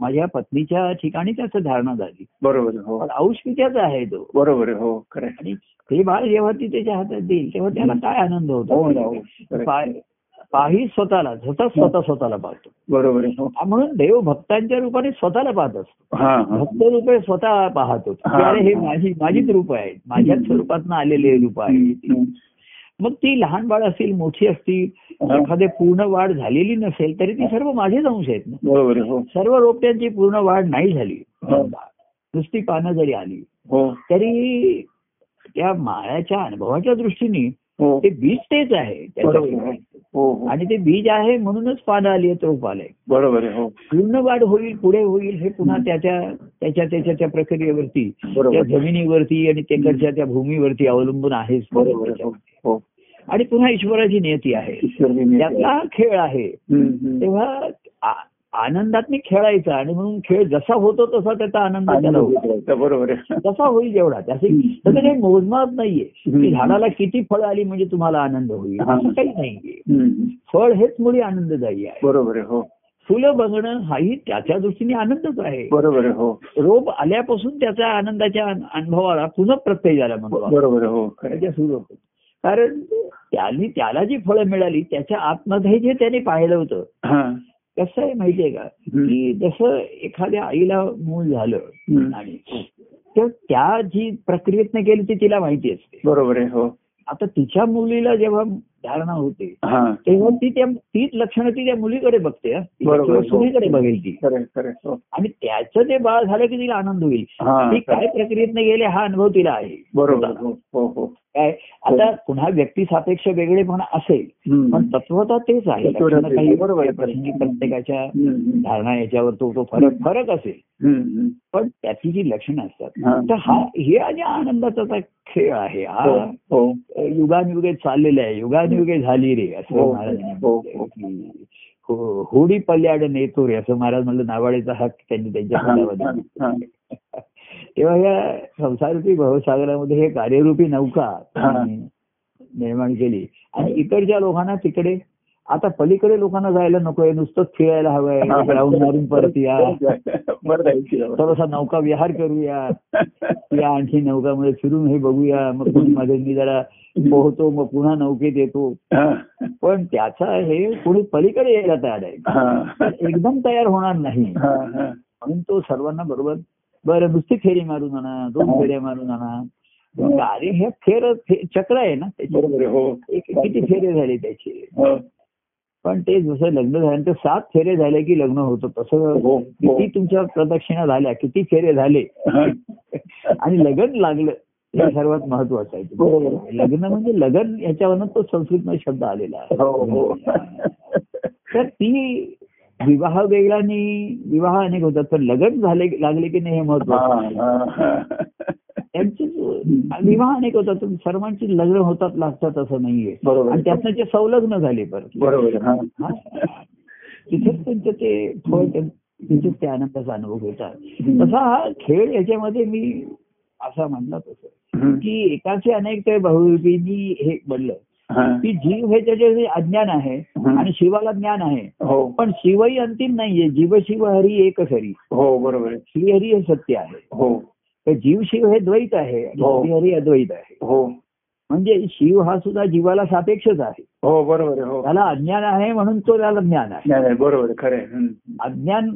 Speaker 2: माझ्या पत्नीच्या ठिकाणी त्याचं धारणा झाली
Speaker 1: बरोबर आहे. हो
Speaker 2: पण अंश पित्याचा आहे तो
Speaker 1: बरोबर आहे. हो खरं आहे.
Speaker 2: आणि ते बाळ जेव्हा ती त्याच्या हातात देईल तेव्हा त्याला काय आनंद
Speaker 1: हो ना,
Speaker 2: होतो
Speaker 1: हो. खरं आहे.
Speaker 2: पाह- पाही स्वतःला स्वतः स्वतः स्वतःला पाहतो
Speaker 1: बरोबर आहे. हो
Speaker 2: हा म्हणून देव भक्तांच्या रूपाने स्वतःला पाहत असतो
Speaker 1: हा हा
Speaker 2: भक्त रूपे स्वतः पाहतो की
Speaker 1: हा.
Speaker 2: अरे हे माझी माझीच रूप आहेत माझ्याच स्वरूपातनं आलेले रूप आहे
Speaker 1: हम्म.
Speaker 2: मग ती लहान बाळ असतील मोठी असतील
Speaker 1: हा.
Speaker 2: एखादे पूर्ण वाढ झालेली नसेल तरी ती सर्व माझेच अंश आहेत ना
Speaker 1: बरोबर आहे. हो
Speaker 2: सर्व रोपट्यांची पूर्ण वाढ नाही झाली
Speaker 1: हा.
Speaker 2: नुसती पानं जरी आली
Speaker 1: हो
Speaker 2: तरी त्या माळ्याच्या अनुभवाच्या दृष्टीने
Speaker 1: हो
Speaker 2: ते बीज तेच आहे
Speaker 1: बरोबर आहे. हो हो
Speaker 2: आणि ते बीज आहे म्हणूनच पानं आली आहेत रोप आलंय
Speaker 1: बरोबर आहे. हो
Speaker 2: पूर्ण वाढ होईल पुढे होईल हे पुन्हा त्याच्या त्याच्या त्याच्या त्या प्रक्रियेवरती
Speaker 1: बरोबर.
Speaker 2: त्या जमिनीवरती आणि त्याकडच्या त्या भूमीवरती अवलंबून आहेच
Speaker 1: बरोबर आहे. हो हो
Speaker 2: आणि पुन्हा ईश्वराची नियती आहे
Speaker 1: ईश्वर मी नेते.
Speaker 2: त्यातला हा खेळ आहे
Speaker 1: हम्म, हम्म.
Speaker 2: तेव्हा आ- आनंदातनी खेळायचा आणि म्हणून खेळ जसा होतो तसा त्याचा आनंद त्याला
Speaker 1: आनंद
Speaker 2: होतो
Speaker 1: घेतला. हो. बरोबर आहे.
Speaker 2: जसा होईल जेवढा त्याचे
Speaker 1: हम्म.
Speaker 2: तसं काही मोजमाप नाहीये
Speaker 1: हम्म.
Speaker 2: की झाडाला किती फळं आली म्हणजे तुम्हाला आनंद होईल
Speaker 1: हा.
Speaker 2: असं काही नाहीये
Speaker 1: हम्म.
Speaker 2: फळ हेच मुळी आनंददायी आहे
Speaker 1: बरोबर आहे. हो
Speaker 2: फुलं बघणं हाही त्याच्या दृष्टीने आनंदच आहे
Speaker 1: बरोबर आहे. हो
Speaker 2: रोप आल्यापासून त्याच्या आनंदाच्या अन- अनुभवाला पुन्हा प्रत्यय झाला म्हणतो आपण.
Speaker 1: बरोबर आहे. हो खरं आहे.
Speaker 2: त्याच्या सुरू होतो. कारण त्याने त्याला जी फळं मिळाली त्याच्या आतमध्ये जे त्याने पाहिलं होतं
Speaker 1: हा
Speaker 2: कसं आहे माहितीये का
Speaker 1: हम्म.
Speaker 2: की जसं एखाद्या आईला मूल झालं
Speaker 1: हम्म.
Speaker 2: आणि तर त्या जी प्रक्रियेतनं केली ती तिला माहिती असते
Speaker 1: बरोबर आहे. हो
Speaker 2: आता तिच्या मुलीला जेव्हा धारणा होते
Speaker 1: हा
Speaker 2: तेव्हा ती त्या तीच लक्षणं ती त्या मुलीकडे बघते हं.
Speaker 1: बरोबर.
Speaker 2: किंवा सुनेकडे बघेल ती
Speaker 1: खरं आहे. खरं आहे. हो
Speaker 2: आणि त्याचं ते बाळ झालं की तिला आनंद होईल ती
Speaker 1: हा
Speaker 2: काय प्रक्रियेतनं गेले हा अनुभव तिला आहे
Speaker 1: बरोबर हो हो हो
Speaker 2: काय आता पुन्हा व्यक्ती सापेक्ष वेगळेपणा असेल पण
Speaker 1: हम्म.
Speaker 2: तत्वता तेच आहे
Speaker 1: तत्वता
Speaker 2: लक्षणं
Speaker 1: तेच.
Speaker 2: काही
Speaker 1: बरोबर आहे.
Speaker 2: प्रसंगी प्रत्येकाच्या
Speaker 1: हम्म.
Speaker 2: धारणा याच्यावर तो तो फरक फरक असेल
Speaker 1: हम्म.
Speaker 2: पण त्याची जी लक्षणं असतात
Speaker 1: हा.
Speaker 2: तर हा हे आणि आनंदाचा असा खेळ आहे हा
Speaker 1: हो हो
Speaker 2: युगानुयुगे चाललेला आहे युगानुयुगे झाली रे
Speaker 1: हो,
Speaker 2: असं महाराज
Speaker 1: हो, हो.
Speaker 2: म्हणतात. हो- होडी पल्याड नेतो रे असं महाराज म्हणलं नावाडेचा हक त्यांनी त्यांच्या
Speaker 1: हा,
Speaker 2: पदावर
Speaker 1: हा,
Speaker 2: तेव्हा या संसाररूपी भवसागरामध्ये हे कार्यरूपी नौका
Speaker 1: हा.
Speaker 2: आणि निर्माण केली आणि इकडच्या लोकांना तिकडे आता पलीकडे लोकांना जायला नकोय नुसतंच फिरायला हवंय राहून मारून परत
Speaker 1: [laughs]
Speaker 2: या
Speaker 1: बरं जायची जवळ.
Speaker 2: थोडासा नौका विहार करूया या आणखी नौकामध्ये फिरून हे बघूया मग कोणी मध्ये मी जरा पोहतो मग पुन्हा नौकेत येतो
Speaker 1: हा.
Speaker 2: पण त्याचा हे कोणी पलीकडे यायला तयार आहे
Speaker 1: हा.
Speaker 2: एकदम तयार होणार नाही
Speaker 1: हा, हा.
Speaker 2: म्हणून तो सर्वांना बरोबर बरं नुसती फेरी मारून आणा दोन फेऱ्या मारून आणा मग अरे हे फेर फे- चक्र आहे ना त्याचे
Speaker 1: बरोबर आहे, हो
Speaker 2: एक किती फेरे झाले त्याचे
Speaker 1: हो.
Speaker 2: पण ते जसं लग्न झाल्यानंतर सात फेरे झाले की लग्न होतं तसं
Speaker 1: हो, हो.
Speaker 2: किती तुमच्या प्रदक्षिणा झाल्या किती फेरे झाले
Speaker 1: हा.
Speaker 2: आणि लगन लागलं हे सर्वात महत्वाचं आहे
Speaker 1: बरोबर.
Speaker 2: लग्न म्हणजे लगन याच्यावरनं तो संस्कृत शब्द आलेला
Speaker 1: हो, हो.
Speaker 2: आहे तर ती विवाह वेगळा आणि विवाह अनेक होतात पण लगन झाले लागले की नाही हे महत्वाचं आहे.
Speaker 1: हा, हा.
Speaker 2: त्यांचे विवाह अनेक होतात पण सर्वांची लग्न होतात लागतात असं नाहीये
Speaker 1: बरोबर.
Speaker 2: आणि त्यातनं जे संलग्न झाले परत
Speaker 1: बरोबर आहे,
Speaker 2: हा.
Speaker 1: हा.
Speaker 2: तिथेच त्यांचं ते फळ त्यां- तिथेच ते आनंदाचा अनुभव घेतात तसा हा खेळ याच्यामध्ये मी असा म्हणला तसं
Speaker 1: हम्म.
Speaker 2: की एकाचे अनेक ते बहुरूपीनी हे बनलं
Speaker 1: हा.
Speaker 2: की जीव हे त्याचे जे अज्ञान आहे आणि शिवाला ज्ञान आहे
Speaker 1: हो
Speaker 2: पण शिवही अंतिम नाहीये जीव शिव हरी एक हरी
Speaker 1: हो बरोबर आहे.
Speaker 2: श्रीहरी हे सत्य आहे
Speaker 1: हो
Speaker 2: तर जीव शिव हे द्वैत आहे आणि
Speaker 1: हो.
Speaker 2: श्रीहरी अद्वैत आहे
Speaker 1: हो
Speaker 2: म्हणजे शिव हा सुद्धा जीवाला सापेक्षच आहे
Speaker 1: हो बरोबर आहे, हो
Speaker 2: त्याला अज्ञान आहे म्हणून तो त्याला ज्ञान आहे
Speaker 1: नाही नाही बरोबर आहे, खरं आहे हम्म.
Speaker 2: अज्ञान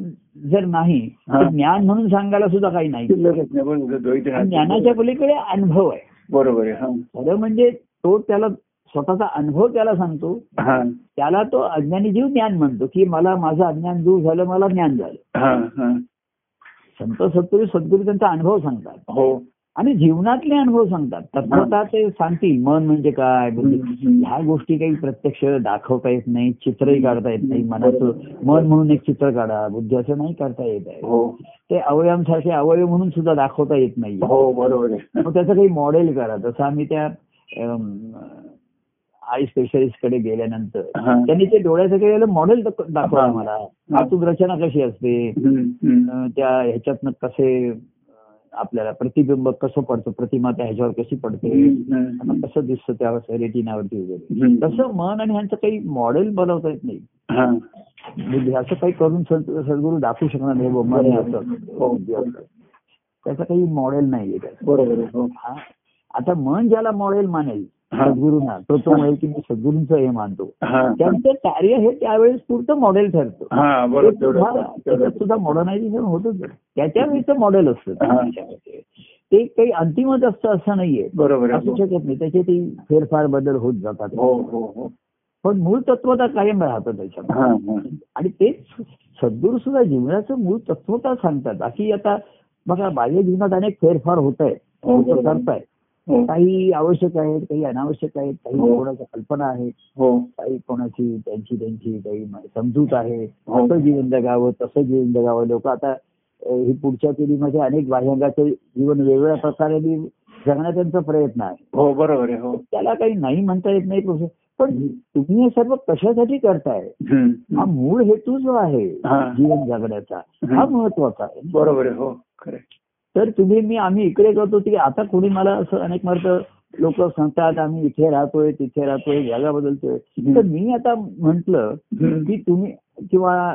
Speaker 2: जर नाही
Speaker 1: हा.
Speaker 2: तर ज्ञान म्हणून सांगायला सुद्धा काही नाही
Speaker 1: शिल्लकच नाही, बरोबर, द्वैत
Speaker 2: आणि
Speaker 1: राहते.
Speaker 2: ज्ञानाच्या पलीकडे अनुभव आहे
Speaker 1: बरोबर आहे
Speaker 2: खरं म्हणजे तो त्याला स्वतःचा अनुभव त्याला सांगतो
Speaker 1: हा.
Speaker 2: त्याला तो अज्ञानी जीव ज्ञान म्हणतो की मला माझं अज्ञान दूर झालं मला ज्ञान झालं
Speaker 1: हा, हा.
Speaker 2: संत सद्गुरू सद्गुरू त्यांचा अनुभव सांगतात
Speaker 1: हो
Speaker 2: आणि जीवनातले अनुभव सांगतात तत्वता ते सांगतील मन म्हणजे काय बुद्धी-
Speaker 1: हम्म.
Speaker 2: ह्या गोष्टी काही प्रत्यक्ष दाखवता येत नाही चित्रही काढता येत नाही मनाचं मन म्हणून एक चित्र काढा बुद्धी असं नाही करता येत आहे
Speaker 1: हो
Speaker 2: ते अवयवांसारखे अवयव म्हणून सुद्धा दाखवता येत नाही
Speaker 1: हो बरोबर आहे
Speaker 2: मग त्याचं काही मॉडेल करा जसं आम्ही त्या अम, आय स्पेशलिस्ट कडे गेल्यानंतर
Speaker 1: हा.
Speaker 2: त्यांनी ते डोळ्याचं केलेलं मॉडेल दाख- दाखवलं मला आतून रचना कशी असते
Speaker 1: हम्म, हम्म.
Speaker 2: अं, त्या ह्याच्यातनं कसे अं, आपल्याला प्रतिबिंब कसं पडतं प्रतिमा त्या ह्याच्यावर कशी पडते
Speaker 1: हम्म,
Speaker 2: मग
Speaker 1: हम्म.
Speaker 2: कसं दिसतं त्या रेटिनावरती वगैरे
Speaker 1: हम्म.
Speaker 2: तसं मन आणि ह्यांचं काही मॉडेल बनवता येत नाही
Speaker 1: हा.
Speaker 2: बुद्धी असं काही करून संत- सद्गुरू दाखवू शकणार नाही बुवा, मन हे असं
Speaker 1: हो.
Speaker 2: बुद्धी असं. त्याचं काही मॉडेल नाहीये त्याचं
Speaker 1: बरोबर आहे, हो
Speaker 2: हा. आता मन ज्याला मॉडेल मानेल
Speaker 1: हा.
Speaker 2: सद्गुरूंना तो तो म्हणेल की मी सद्गुरूंचं हे मानतो
Speaker 1: हा.
Speaker 2: त्यांचं कार्य हे त्यावेळेस पुरतं मॉडेल ठरतं
Speaker 1: हा
Speaker 2: ते
Speaker 1: बरोबर
Speaker 2: सुद्धा-
Speaker 1: तेवढं, तेवढं.
Speaker 2: त्याच्यात सुद्धा मॉडर्नायझेशन होतच आहे. त्याच्या वेळेचं मॉडेल असतं
Speaker 1: हा.
Speaker 2: त्याच्यामध्ये. ते काही अंतिमच असतं असं नाहीये
Speaker 1: बरोबर आहे,
Speaker 2: असू
Speaker 1: हो.
Speaker 2: शकत नाही त्याचे ते फेरफार बदल होत जातात
Speaker 1: हो हो हो
Speaker 2: पण मूळ तत्वता कायम राहतं त्याच्यामध्ये
Speaker 1: हा हा
Speaker 2: आणि तेच सद्गुरू सुद्धा जीवनाचं मूळ तत्वता सांगतात बाकी आता बघा बाह्य जीवनात अनेक फेरफार होत आहेत
Speaker 1: हो,
Speaker 2: लोकं
Speaker 1: बरोबर.
Speaker 2: करतायत
Speaker 1: हो
Speaker 2: काही आवश्यक आहेत काही अनावश्यक आहेत काही
Speaker 1: हो.
Speaker 2: कोणाच्या कल्पना आहेत
Speaker 1: हो
Speaker 2: काही कोणाची त्यांची त्यांची काही म- समजूत आहे
Speaker 1: हो.
Speaker 2: असं जीवन जगावं तसं जीवन जगावं लोक आता अ, ही पुढच्या पिढीमध्ये अनेक बाह्यांगाचे जीवन वेगवेगळ्या प्रकारे बी जगण्याचा त्यांचा प्रयत्न आहे
Speaker 1: हो बरोबर आहे हो
Speaker 2: त्याला काही नाही म्हणता येत नाही प्रोसेस पण
Speaker 1: हम्म.
Speaker 2: तुम्ही हे सर्व कशासाठी करताय
Speaker 1: हम्म.
Speaker 2: हा मूळ हेतू जो आहे
Speaker 1: हा.
Speaker 2: जीवन जगण्याचा हा महत्वाचा आहे
Speaker 1: बरोबर आहे हो खरं आहे.
Speaker 2: तर तुम्ही मी आम्ही इकडे करतो की आता कोणी मला असं अनेक मार्ग लोक सांगतात आम्ही इथे राहतोय तिथे राहतोय जागा बदलतोय तर मी आता म्हंटल
Speaker 1: हम्म.
Speaker 2: की तुम्ही किंवा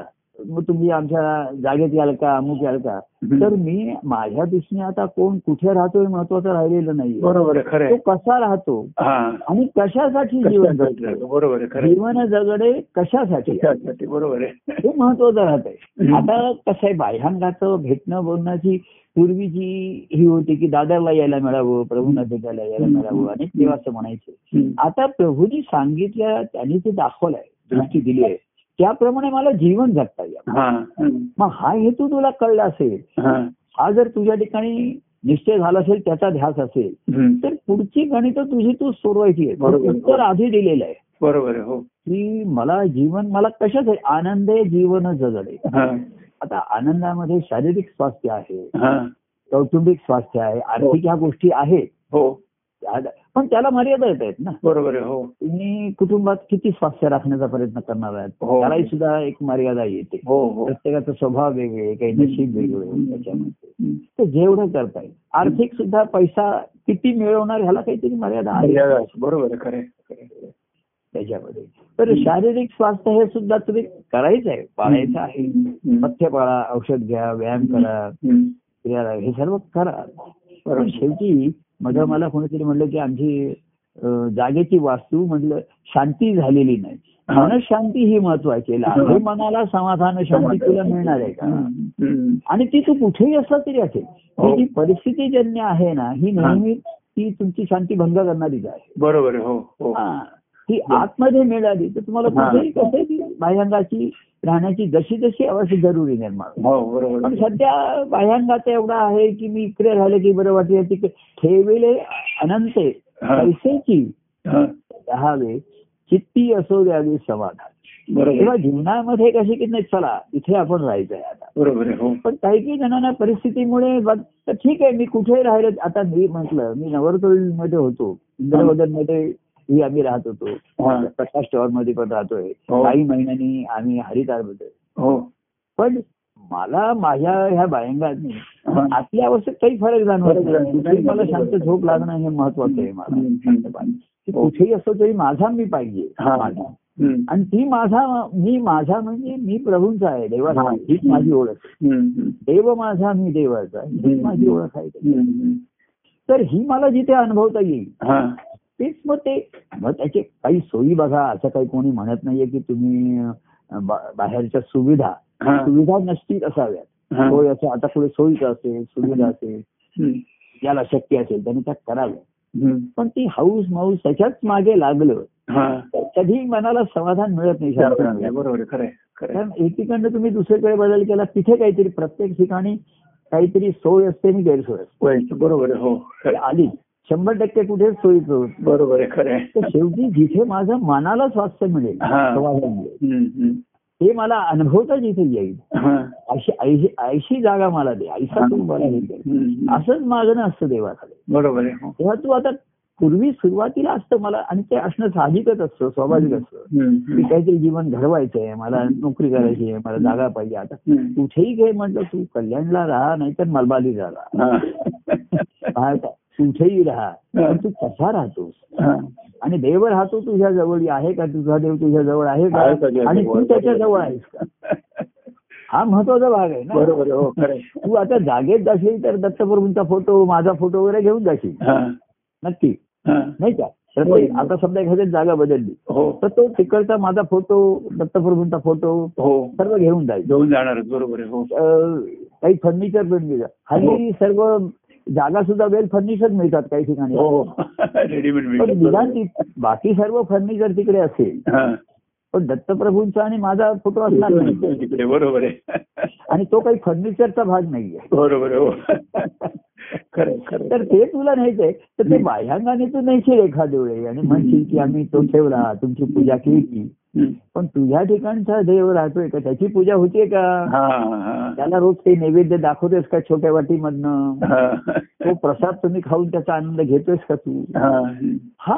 Speaker 2: मग तुम्ही आमच्या जागेत याल का अमुक याल का
Speaker 1: हम्म.
Speaker 2: तर मी माझ्या दृष्टीने आता कोण कुठे राहतोय महत्वाचं राहिलेलं नाही
Speaker 1: बरोबर आहे खरं
Speaker 2: तो
Speaker 1: आहे.
Speaker 2: कसा राहतो
Speaker 1: हा
Speaker 2: आणि कशासाठी जीवन जगतो
Speaker 1: बरोबर आहे खरं आहे.
Speaker 2: जीवन जगणे कशासाठी आहे?
Speaker 1: त्यासाठी बरोबर आहे
Speaker 2: हे महत्वाचं राहतंय
Speaker 1: हम्म.
Speaker 2: आता कसं आहे बाह्यांगाचं भेटणं बोलण्याची पूर्वीची ही होती की दादरला यायला मिळावं प्रभूंना भेटायला यायला मिळावं अनेक देव असं म्हणायचे
Speaker 1: हम्म.
Speaker 2: आता प्रभूंनी सांगितलं त्यांनी जे दाखवलंय दृष्टी दिली आहे त्याप्रमाणे मला जीवन जगता यावं
Speaker 1: हा हम्म.
Speaker 2: मग हा हेतू तुला कळला असेल
Speaker 1: हा
Speaker 2: हा जर तुझ्या ठिकाणी निश्चय झाला असेल त्याचा ध्यास असेल
Speaker 1: हम्म.
Speaker 2: तर पुढची गणित तुझी तू सोडवायची आहे
Speaker 1: बरोबर.
Speaker 2: उत्तर आधी दिलेलं आहे
Speaker 1: बरोबर आहे हो
Speaker 2: की मला जीवन मला कशाच आहे आनंदे जीवन जगणे
Speaker 1: हा
Speaker 2: आता आनंदामध्ये शारीरिक स्वास्थ्य आहे
Speaker 1: हा
Speaker 2: कौटुंबिक स्वास्थ्य आहे आर्थिक ह्या गोष्टी आहेत
Speaker 1: हो
Speaker 2: त्या- पण त्याला मर्यादा येत आहेत ना
Speaker 1: बरोबर आहे हो
Speaker 2: तुम्ही कुटुंबात किती स्वास्थ्य राखण्याचा प्रयत्न करणार आहात
Speaker 1: हो.
Speaker 2: त्यालाही सुद्धा एक मर्यादा येते
Speaker 1: हो हो
Speaker 2: प्रत्येकाचा स्वभाव वेगळे काही नशीब वेगळे त्याच्यामध्ये
Speaker 1: हम्म.
Speaker 2: तर जेवढं करता येईल आर्थिक सुद्धा पैसा किती मिळवणार ह्याला काहीतरी मर्यादा आहे
Speaker 1: मर्यादा आहे. बरोबर आहे खरं आहे, खरं आहे.
Speaker 2: त्याच्यामध्ये तर शारीरिक स्वास्थ्य हे सुद्धा तुम्ही करायचं आहे पाळायचं आहे
Speaker 1: हम्म.
Speaker 2: मथ्य पाळा औषध घ्या व्यायाम करा
Speaker 1: हम्म.
Speaker 2: क्रिया करा, हे सर्व करा पण
Speaker 1: बरोबर
Speaker 2: शेवटी मध्ये मला कोणीतरी म्हणलं की आमची अं, जागेची वास्तू म्हटलं शांती झालेली नाही
Speaker 1: हा.
Speaker 2: मनशांती ही महत्वाची आहे.
Speaker 1: हा.
Speaker 2: हे मनाला समाधान शांती तुला मिळणार आहे का
Speaker 1: हम्म. हम्म.
Speaker 2: आणि ती तू कुठेही असला तरी असेल
Speaker 1: हो.
Speaker 2: ही जी परिस्थितीजन्य आहे ना ही
Speaker 1: हा.
Speaker 2: नेहमी ती तुमची शांती भंग करणारीच आहे
Speaker 1: बरोबर आहे, हो हो
Speaker 2: हा. ती आतमध्ये मिळाली तर तुम्हाला
Speaker 1: हा.
Speaker 2: कुठेही कसं ती बाह्यांगाची राहण्याची जशी जशी आवश्यक जरुरी निर्माण होईल.
Speaker 1: हो बरोबर
Speaker 2: पण
Speaker 1: आहे.
Speaker 2: सध्या बाह्यांगात एवढा आहे की मी इकडे राहिले की बरं वाटते तिकडे ठेवले अनंत आहे.
Speaker 1: हा.
Speaker 2: पैसेची
Speaker 1: हा.
Speaker 2: राहावे चित्ती असो द्यावी समाधान
Speaker 1: बरोबर
Speaker 2: तेव्हा
Speaker 1: आहे.
Speaker 2: जीवनामध्ये कशी की नाही चला इथे आपण राहायचं आहे आता
Speaker 1: बरोबर आहे हो
Speaker 2: पण काही काही जणांना परिस्थितीमुळे बघ, तर ठीक आहे मी कुठेही राहिलो आता मी म्हटलं मी नवरतोल मध्ये होतो इंद्रवदन मध्ये ही आम्ही राहत
Speaker 1: हा.
Speaker 2: होतो प्रकाश टॉवर मध्ये पण राहतोय
Speaker 1: हो.
Speaker 2: काही महिन्यांनी आम्ही हरितार मध्ये
Speaker 1: हो
Speaker 2: पण मला माझ्या ह्या बायंगाने
Speaker 1: हा.
Speaker 2: आतल्या अवस्थेत काही फरक जाणवत
Speaker 1: फरक
Speaker 2: नाही
Speaker 1: जाणवत
Speaker 2: कुठेही मला
Speaker 1: नाही.
Speaker 2: शांत झोप लागणं हे महत्वाचं आहे मला
Speaker 1: हम्म.
Speaker 2: शांतपणे. की कुठेही असो तरी माझा मी पाहिजे
Speaker 1: हा.
Speaker 2: माझा
Speaker 1: हम्म.
Speaker 2: आणि ती माझा मी माझा म्हणजे मी प्रभूंचा आहे देवाचा
Speaker 1: हा.
Speaker 2: हीच माझी ओळख आहे.
Speaker 1: हम्म.
Speaker 2: देव माझा मी देवाचा हीच
Speaker 1: हम्म.
Speaker 2: माझी ओळख आहे
Speaker 1: हम्म.
Speaker 2: तर ही मला जिथे अनुभवता येईल
Speaker 1: हा.
Speaker 2: तेच मग ते मग त्याचे काही सोयी बघा असं काही कोणी म्हणत नाहीये की तुम्ही अं, बा- बाहेरच्या सुविधा
Speaker 1: हा.
Speaker 2: सुविधा नसतील असाव्यात
Speaker 1: हा.
Speaker 2: सोय असं आता पुढे सोयीचं असेल सुविधा असेल
Speaker 1: हम्म.
Speaker 2: ज्याला शक्य असेल त्याने त्या कराव्या
Speaker 1: हम्म.
Speaker 2: पण ती हाऊस माऊस त्याच्याच मागे लागलं
Speaker 1: हा.
Speaker 2: तर कधी मनाला समाधान मिळत नाही
Speaker 1: बरोबर आहे,
Speaker 2: शास्त्राला.
Speaker 1: बरोबर आहे, खरं आहे, खरं आहे.
Speaker 2: कारण एकीकडनं तुम्ही दुसरीकडे बदल केला तिथे काहीतरी प्रत्येक ठिकाणी काहीतरी सोय असते आणि गैरसोय असते
Speaker 1: होय, बरोबर आहे, हो
Speaker 2: ती
Speaker 1: खरं आहे.
Speaker 2: आली शंभर टक्के कुठेच सोयीचं होत नाही.
Speaker 1: बरोबर आहे खरं आहे.
Speaker 2: तर शेवटी जिथे माझं मनाला स्वास्थ्य मिळेल
Speaker 1: हा.
Speaker 2: समाधान मिळेल
Speaker 1: हम्म. हम्म.
Speaker 2: ते मला अनुभवता जिथे येईल
Speaker 1: हा.
Speaker 2: अशी ऐशी- ऐशी जागा मला दे ऐसा तू मला हे दे.
Speaker 1: हम्म.
Speaker 2: असंच मागणं असतं देवाकडे
Speaker 1: बरोबर आहे हो.
Speaker 2: तेव्हा तू आता पूर्वी सुरुवातीला असतं मला आणि ते असणं साहजिकच असतं स्वाभाविक असतं की
Speaker 1: हम्म.
Speaker 2: काहीतरी जीवन घडवायचं आहे मला नोकरी करायची आहे मला जागा पाहिजे आता
Speaker 1: हम्म.
Speaker 2: कुठेही घे म्हटलं तू कल्याणला राहा नाहीतर मलबालीला राहा
Speaker 1: हा.
Speaker 2: भारतात कुठेही राहा पण तू कसा राहतोस
Speaker 1: हा.
Speaker 2: आणि देव राहतो तुझ्या जवळ आहे का तुझा देव तुझ्या जवळ आहे
Speaker 1: आहे
Speaker 2: का
Speaker 1: तुझ्या
Speaker 2: आणि
Speaker 1: जवळ.
Speaker 2: तू त्याच्या जवळ आहेस का हा महत्वाचा भाग आहे ना
Speaker 1: बरोबर आहे, हो खरं आहे.
Speaker 2: तू आता जागेत जाशील तर दत्तप्रभूंचा फोटो माझा फोटो वगैरे घेऊन जाशील
Speaker 1: हा.
Speaker 2: नक्की
Speaker 1: हा.
Speaker 2: नाही का तर ते आता समजा एखाद्या जागा बदलली
Speaker 1: हो
Speaker 2: तर तो तिकडचा माझा फोटो दत्तप्रभूंचा फोटो
Speaker 1: हो
Speaker 2: सर्व घेऊन जाईल
Speaker 1: घेऊन जाणार बरोबर आहे हो
Speaker 2: अं, काही फर्निचर पण मिळतं हल्ली सर्व जागा सुद्धा वेल फर्निचर मिळतात काही ठिकाणी
Speaker 1: हो रेडीमेड
Speaker 2: पण
Speaker 1: मिळतं.
Speaker 2: निदान ती- बाकी सर्व फर्निचर तिकडे असेल
Speaker 1: हा.
Speaker 2: पण दत्तप्रभूंचा आणि माझा फोटो असणार नाही
Speaker 1: तिकडे बरोबर आहे
Speaker 2: आणि तो काही फर्निचरचा भाग नाहीये
Speaker 1: बरोबर आहे, हो खरं आहे, खरं
Speaker 2: तर
Speaker 1: आहे.
Speaker 2: ते तुला न्यायचंय तर ते बाह्यांगाने तू नेशील एखाद वेळी आणि म्हणशील की आम्ही तो ठेवला तुमची पूजा केली
Speaker 1: हम्म.
Speaker 2: पण तुझ्या ठिकाणचा देव राहतोय का त्याची पूजा होतीये का
Speaker 1: हा, हा,
Speaker 2: त्याला रोज ते नैवेद्य दाखवतेस का छोट्या वाटीमधनं
Speaker 1: हा.
Speaker 2: तो प्रसाद तुम्ही खाऊन त्याचा आनंद घेतोयस का तू
Speaker 1: हा.
Speaker 2: हा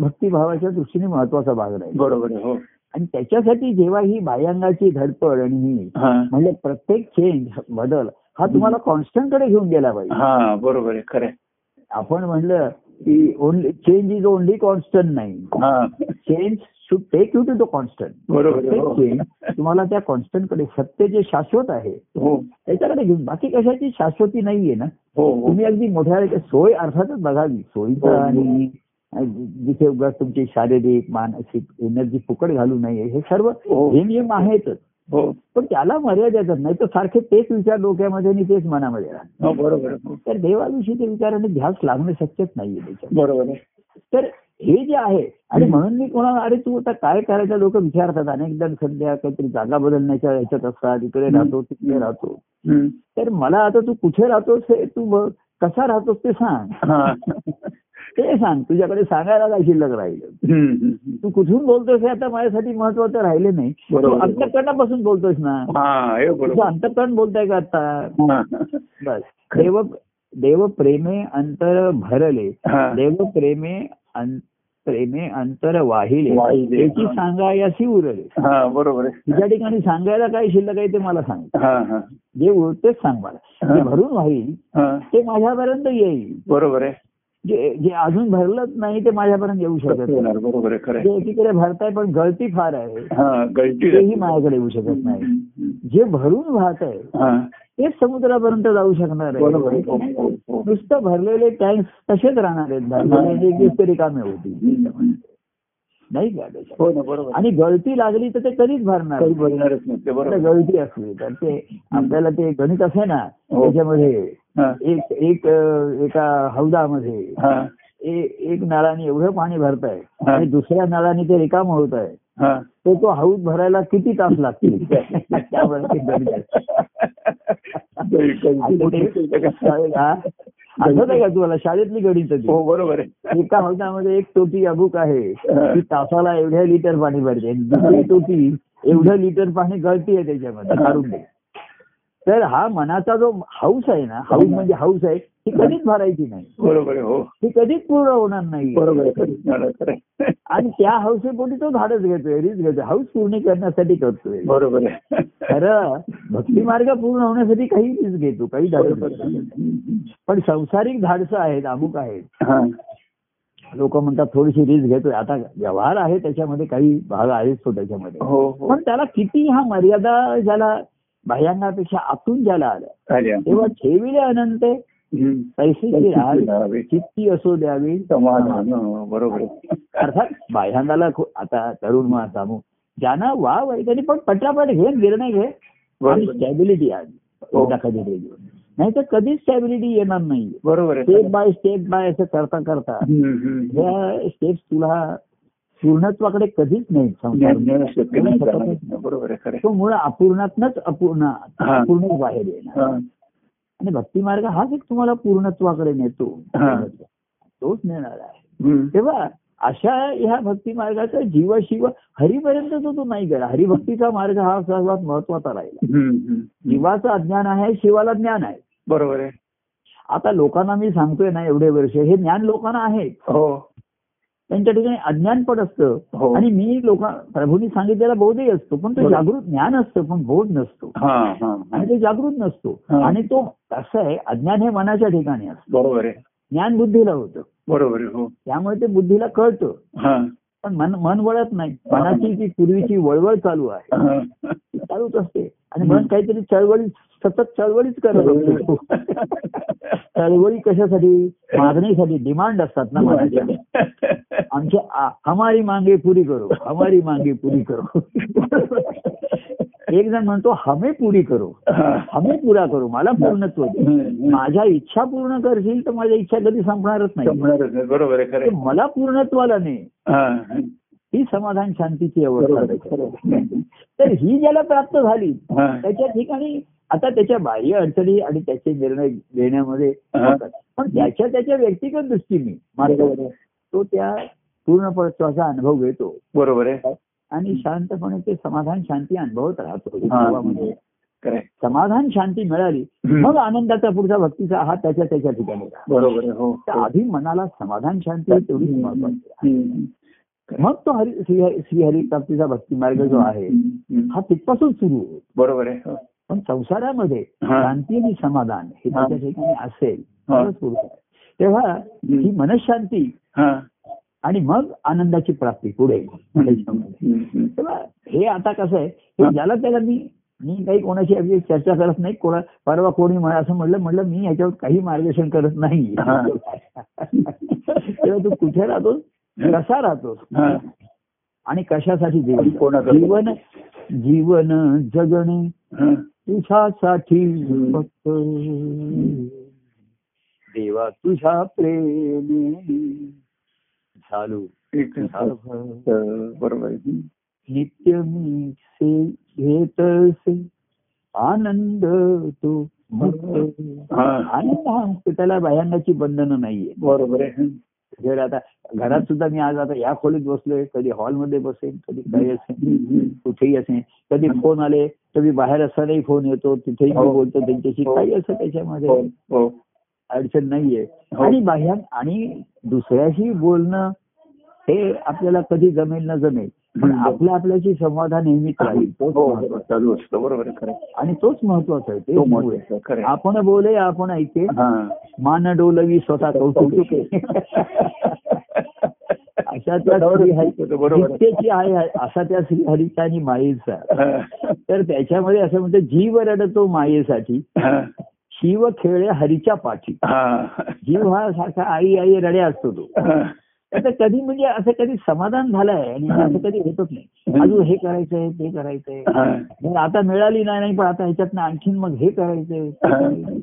Speaker 2: भक्तिभावाच्या दृष्टीने महत्वाचा भाग राहील
Speaker 1: बरोबर आहे, हो
Speaker 2: आणि त्याच्यासाठी जेव्हा ही बाह्यांगाची धडपड आणि ही
Speaker 1: हा.
Speaker 2: म्हणजे प्रत्येक चेंज बदल हा तुम्हाला कॉन्स्टंट कडे घेऊन गेला पाहिजे
Speaker 1: हा बरोबर आहे खरं आहे.
Speaker 2: आपण म्हणलं की only change is only constant नाही
Speaker 1: हा
Speaker 2: change should take you to the constant
Speaker 1: बरोबर आहे,
Speaker 2: प्रत्येक चेंज
Speaker 1: हो.
Speaker 2: तुम्हाला त्या कॉन्स्टंट कडे सत्य जे शाश्वत आहे
Speaker 1: हो
Speaker 2: त्याच्याकडे घेऊन बाकी कशाची शाश्वती नाहीये ना
Speaker 1: हो हो
Speaker 2: तुम्ही अगदी मोठ्या सोय अर्थातच बघावी
Speaker 1: हो,
Speaker 2: सोयीचा
Speaker 1: हो.
Speaker 2: आणि जिथे उगाच तुमची शारीरिक मानसिक एनर्जी फुकट घालू नये हे सर्व
Speaker 1: हो.
Speaker 2: हे नियम आहेतच
Speaker 1: हो
Speaker 2: पण त्याला मर्यादा येतात नाही तर सारखे तेच विचार डोक्यामध्ये आणि तेच मनामध्ये राहतात
Speaker 1: हो, बरोबर आहे, हो.
Speaker 2: तर देवाविषयी ते विचाराने ध्यास लागणे शक्यच नाहीये त्याच्यात
Speaker 1: बरोबर आहे
Speaker 2: तर हे जे आहे आणि
Speaker 1: हं.
Speaker 2: म्हणून मी कोणाला अरे तू आता काय करायचं लोक विचारतात अनेकदा सध्या काहीतरी जागा बदलण्याच्या ह्याच्यात असतात इकडे
Speaker 1: हं.
Speaker 2: राहतो तिकडे
Speaker 1: हं.
Speaker 2: राहतो
Speaker 1: हम्म.
Speaker 2: तर मला आता तू कुठे राहतोस हे तू बघ, कसा राहतोस ते सांग
Speaker 1: हा.
Speaker 2: ते सांग तुझ्याकडे सांगायला काय शिल्लक राहिलं
Speaker 1: हम्म, हम्म.
Speaker 2: तू कुठून बोलतोस हे आता माझ्यासाठी महत्वाचं राहिले नाही तू
Speaker 1: बरोबर.
Speaker 2: अंतकरणापासून बोलतोस ना
Speaker 1: हा हे
Speaker 2: तुझं
Speaker 1: बरोबर
Speaker 2: अंतकरण बोलताय का आता
Speaker 1: हा.
Speaker 2: बस देव देव प्रेमे अंतर भरले
Speaker 1: हा.
Speaker 2: देव प्रेमे अं- प्रेमे अंतर वाहिले
Speaker 1: वाहिले.
Speaker 2: त्याची सांगायासी उरले
Speaker 1: हा बरोबर आहे
Speaker 2: तुझ्या ठिकाणी सांगायला काय शिल्लक आहे ते मला सांग
Speaker 1: हा हा
Speaker 2: जे उरतेच सांग मला जे भरून वाहील
Speaker 1: हा
Speaker 2: ते माझ्यापर्यंत येईल
Speaker 1: बरोबर आहे
Speaker 2: जे जे अजून भरलंच नाही ते माझ्यापर्यंत येऊ शकत नाही
Speaker 1: येणार, बरोबर आहे खरं
Speaker 2: जे
Speaker 1: आहे
Speaker 2: एकीकडे भरताय पण गळती फार आहे
Speaker 1: हा गळती
Speaker 2: तेही माझ्याकडे येऊ शकत नाही जे भरून वाहत आहे
Speaker 1: हा
Speaker 2: तेच समुद्रापर्यंत जाऊ शकणार
Speaker 1: बरोबर आहे. हो,
Speaker 2: आहे
Speaker 1: हो, हो.
Speaker 2: नुसतं भरलेले टँक्स तसेच राहणार आहेत भरलेले जे एकच तरी कामे होती
Speaker 1: हम्म.
Speaker 2: नाही का त्याच्यात?
Speaker 1: हो ना बरोबर आहे.
Speaker 2: आणि गळती लागली तर ते कधीच भरणार
Speaker 1: काही बोलणारच नाही ते
Speaker 2: आता
Speaker 1: बरोबर
Speaker 2: गळती असली तर ते आपल्याला ते गणित असे ना
Speaker 1: हो.
Speaker 2: त्याच्यामध्ये
Speaker 1: हा,
Speaker 2: एक एक अं, एका हौदामध्ये
Speaker 1: हा,
Speaker 2: ए- एक नळाने एवढं पाणी भरताय
Speaker 1: हा.
Speaker 2: आणि दुसऱ्या नळाने ते रिकाम होत आहे
Speaker 1: हा.
Speaker 2: तर तो हौद भरायला किती तास लागतील त्यावर ते गणित आहे.
Speaker 1: काही- काही-
Speaker 2: आता ते- हा? आठवत आहे का तुम्हाला शाळेतली गणित
Speaker 1: हो बरोबर आहे
Speaker 2: एका हौदामध्ये एक टोटी अबुक आहे
Speaker 1: हा.
Speaker 2: ती तासाला एवढ्या लिटर पाणी भरते दुसरी टोटी एवढं लिटर पाणी गळतीये त्याच्यामध्ये
Speaker 1: हा.
Speaker 2: काढून दे तर हा मनाचा जो हाऊस आहे ना हाऊस म्हणजे हाऊस आहे ती कधीच भरायची नाही
Speaker 1: बरोबर आहे हो
Speaker 2: ती कधीच पूर्ण होणार नाही
Speaker 1: बरोबर आहे खरं आहे, खरं आहे.
Speaker 2: आणि त्या हाऊसेपोटी तो झाडच घेतोय रीच घेतोय हाऊस पूर्ण करण्यासाठी करतोय
Speaker 1: बरोबर आहे
Speaker 2: खरं भक्ती मार्ग पूर्ण होण्यासाठी काही रीच घेतो काही झाडच
Speaker 1: बरोबर आहे.
Speaker 2: पण संसारिक धाडसं आहेत अमुक आहेत
Speaker 1: हा,
Speaker 2: लोक म्हणतात थोडीशी रीच घेतोय आता व्यवहार आहे त्याच्यामध्ये काही भाग आहेच तो त्याच्यामध्ये
Speaker 1: हो हो
Speaker 2: पण त्याला किती हा मर्यादा ज्याला बाह्यांगापेक्षा आतून ज्याला आला
Speaker 1: आल्या.
Speaker 2: तेव्हा ठेविले अनंत
Speaker 1: हम्म.
Speaker 2: पैसेची राहावी किती असो द्यावी
Speaker 1: समाधान हो, बरोबर आहे
Speaker 2: अर्थात बाह्यांगाला खू- आता तरुण मा सामू ज्यांना वाव आहे त्यांनी पण पटापट घे निर्णय घे आणि
Speaker 1: बरोबर आहे.
Speaker 2: स्टॅबिलिटी आली
Speaker 1: हो.
Speaker 2: एकदा कधी नाही तर कधीच स्टॅबिलिटी येणार नाही
Speaker 1: बरोबर आहे
Speaker 2: स्टेप बाय स्टेप बाय असं करता करता
Speaker 1: हम्म, हम्म.
Speaker 2: या स्टेप्स तुला पूर्णत्वाकडे कधीच नाही
Speaker 1: ज्ञान-
Speaker 2: संसार
Speaker 1: ज्ञान शक्य नाही जाणार. बरोबर आहे खरं आहे.
Speaker 2: तो मूळ अपूर्णातनच अपूर्ण
Speaker 1: हा.
Speaker 2: अपूर्णच बाहेर येणार
Speaker 1: हा,
Speaker 2: आणि भक्ती मार्ग हाच एक तुम्हाला पूर्णत्वाकडे नेतो
Speaker 1: हा.
Speaker 2: तोच नेणार आहे
Speaker 1: हम्म.
Speaker 2: तेव्हा अशा ह्या भक्ती मार्गाचा जीवाशिव हरिपर्यंत तो तो नाही गेला हरिभक्तीचा मार्ग हा सर्वात महत्वाचा राहिला
Speaker 1: हम्म, हम्म.
Speaker 2: जीवाचं अज्ञान आहे शिवाला ज्ञान आहे
Speaker 1: बरोबर आहे
Speaker 2: आता लोकांना मी सांगतोय ना एवढे वर्ष हे ज्ञान लोकांना आहे
Speaker 1: हो
Speaker 2: त्यांच्या ठिकाणी अज्ञान पण असतं
Speaker 1: हो
Speaker 2: आणि मी लोक प्रभूंनी सांगितलेला बोधही असतो पण तो
Speaker 1: बरोबर.
Speaker 2: जागृत ज्ञान असतं पण बोध नसतो
Speaker 1: हा हा हा.
Speaker 2: आणि तो जागृत नसतो
Speaker 1: हा.
Speaker 2: आणि तो कसं आहे अज्ञान हे मनाच्या ठिकाणी असतं
Speaker 1: बरोबर आहे
Speaker 2: ज्ञान बुद्धीला होतं
Speaker 1: बरोबर आहे हो
Speaker 2: त्यामुळे ते बुद्धीला कळतं
Speaker 1: हा
Speaker 2: पण मन मन वळत नाही मनाची जी पूर्वीची वळवळ चालू आहे
Speaker 1: हा.
Speaker 2: ती चालूच असते आणि मन काहीतरी चळवळी सतत चळवळीच करत असतो
Speaker 1: [laughs]
Speaker 2: चळवळी कशासाठी मागणीसाठी डिमांड असतात ना मनाच्या
Speaker 1: [laughs]
Speaker 2: आमच्या आ- हमारी मांगे पुरी करो हमारी मांगे पुरी करो
Speaker 1: [laughs]
Speaker 2: एक जण म्हणतो हमे पुरी करो
Speaker 1: हा.
Speaker 2: हमे पुरा करो मला पूर्णत्व दे
Speaker 1: हम्म, हम्म.
Speaker 2: माझ्या इच्छा पूर्ण करशील तर माझ्या इच्छा कधी संपणारच नाही
Speaker 1: संपणारच नाही. बरोबर आहे खरं
Speaker 2: ते
Speaker 1: आहे.
Speaker 2: मला पूर्णत्वाला नाही
Speaker 1: हा, हा.
Speaker 2: ही समाधान शांतीची अवस्था
Speaker 1: बरोबर आहे,
Speaker 2: त्याच्यात.
Speaker 1: खरं आहे.
Speaker 2: तर ही ज्याला प्राप्त झाली
Speaker 1: हा,
Speaker 2: त्याच्या ठिकाणी आता त्याच्या बाह्य अडचणी आणि त्याचे निर्णय घेण्यामध्ये
Speaker 1: हा.
Speaker 2: होतात. पण त्याच्या त्याच्या व्यक्तिगत दृष्टीने
Speaker 1: बरोबर
Speaker 2: मार्ग
Speaker 1: आहे.
Speaker 2: तो त्या पूर्णपत्वाचा अनुभव घेतो
Speaker 1: बरोबर आहे
Speaker 2: आणि शांतपणे ते समाधान शांती अनुभवत राहतो
Speaker 1: हा.
Speaker 2: जीवामध्ये.
Speaker 1: खरं आहे.
Speaker 2: समाधान शांती मिळाली
Speaker 1: हम्म.
Speaker 2: मग आनंदाचा पुढचा भक्तीचा हा त्याच्या त्याच्या ठिकाणी राहतो.
Speaker 1: बरोबर आहे हो
Speaker 2: तर
Speaker 1: हो.
Speaker 2: आधी मनाला समाधान शांती ही तेवढीच महत्वाची आहे.
Speaker 1: हम्म.
Speaker 2: मग तो हरी श्री- श्रीहरी प्राप्तीचा भक्ती मार्ग जो आहे
Speaker 1: हम्म.
Speaker 2: हा तिथपासून सुरू होतो
Speaker 1: बरोबर आहे हो.
Speaker 2: पण संसारामध्ये
Speaker 1: हा.
Speaker 2: शांती आणि समाधान हे
Speaker 1: हा.
Speaker 2: त्याच्या ठिकाणी असेल
Speaker 1: हा.
Speaker 2: तरच पुरुष आहे. तेव्हा ही मनशांती
Speaker 1: हा.
Speaker 2: आणि मग आनंदाची प्राप्ती पुढे त्याच्यामध्ये.
Speaker 1: हम्म, हम्म.
Speaker 2: तेव्हा हे आता कसं आहे हे
Speaker 1: हा.
Speaker 2: ज्याला त्याला मी मी काही कोणाशी अगदी चर्चा करत नाही कोणा परवा कोणी मला असं म्हटलं म्हटलं मी याच्यावर काही मार्गदर्शन करत नाही
Speaker 1: हा.
Speaker 2: तेव्हा तू कुठे राहतोस कसा राहतोस
Speaker 1: हा.
Speaker 2: आणि कशासाठी जीवन
Speaker 1: आणि कोणाचं?
Speaker 2: जीवन जीवन जगणे
Speaker 1: हा.
Speaker 2: तुझ्यासाठी
Speaker 1: हम्म.
Speaker 2: फक्त देवा तुझ्या प्रेमे झालो
Speaker 1: एक
Speaker 2: विसाभ.
Speaker 1: तर बरोबर आहे हम्म.
Speaker 2: नित्य मी से घेत असे आनंद तो मुक्त.
Speaker 1: हा.
Speaker 2: आनंद हा मुक्त. त्याला बाह्यांची बंधनं नाहीये
Speaker 1: बरोबर आहे हम्म.
Speaker 2: जर आता घरात सुद्धा मी आज आता या खोलीत बसलोय कधी हॉलमध्ये बसेन कधी काही असेल
Speaker 1: हम्म.
Speaker 2: कुठेही असेल कधी फोन आले तर मी बाहेर असतानाही फोन येतो तिथेही मी
Speaker 1: हो.
Speaker 2: बोलतो त्यांच्याशी
Speaker 1: हो.
Speaker 2: काही असं
Speaker 1: हो
Speaker 2: त्याच्यामध्ये
Speaker 1: हो
Speaker 2: अडचण नाहीये
Speaker 1: हो.
Speaker 2: आणि बाह्या आणि दुसऱ्याशी बोलणं हे आपल्याला कधी जमेल न जमेल पण
Speaker 1: हम्म.
Speaker 2: आपल्या आपल्याशी संवाद हा नेहमीच राहील
Speaker 1: हो,
Speaker 2: तोच
Speaker 1: हो,
Speaker 2: महत्वाचा.
Speaker 1: चालू असतो बरोबर आहे, खरं आहे.
Speaker 2: आणि तोच महत्वाचा आहे
Speaker 1: तो
Speaker 2: तेच मूळ आहे.
Speaker 1: महत्वाचा खरं आहे.
Speaker 2: आपण बोले आपण ऐके
Speaker 1: हा.
Speaker 2: मान डोलवी स्वतः कौतुक अशा त्या स्त्री
Speaker 1: तो बरोबर आहे.
Speaker 2: नित्याची आहे असा त्या श्री हरीचा आणि मायेचा
Speaker 1: हा.
Speaker 2: तर त्याच्यामध्ये असं म्हणतं जीव रडतो मायेसाठी
Speaker 1: हा.
Speaker 2: शिव खेळे हरीच्या पाठी
Speaker 1: हा.
Speaker 2: जीव हा सारखा आई आई रड्या असतो तो
Speaker 1: हा.
Speaker 2: आता कधी म्हणजे असं कधी समाधान झालंय आणि असं कधी होतच नाही अजून हे करायचंय ते करायचंय
Speaker 1: हा.
Speaker 2: मग आता मिळाली नाही नाही पण आता ह्याच्यातनं आणखीन मग हे करायचंय ते करायचंय.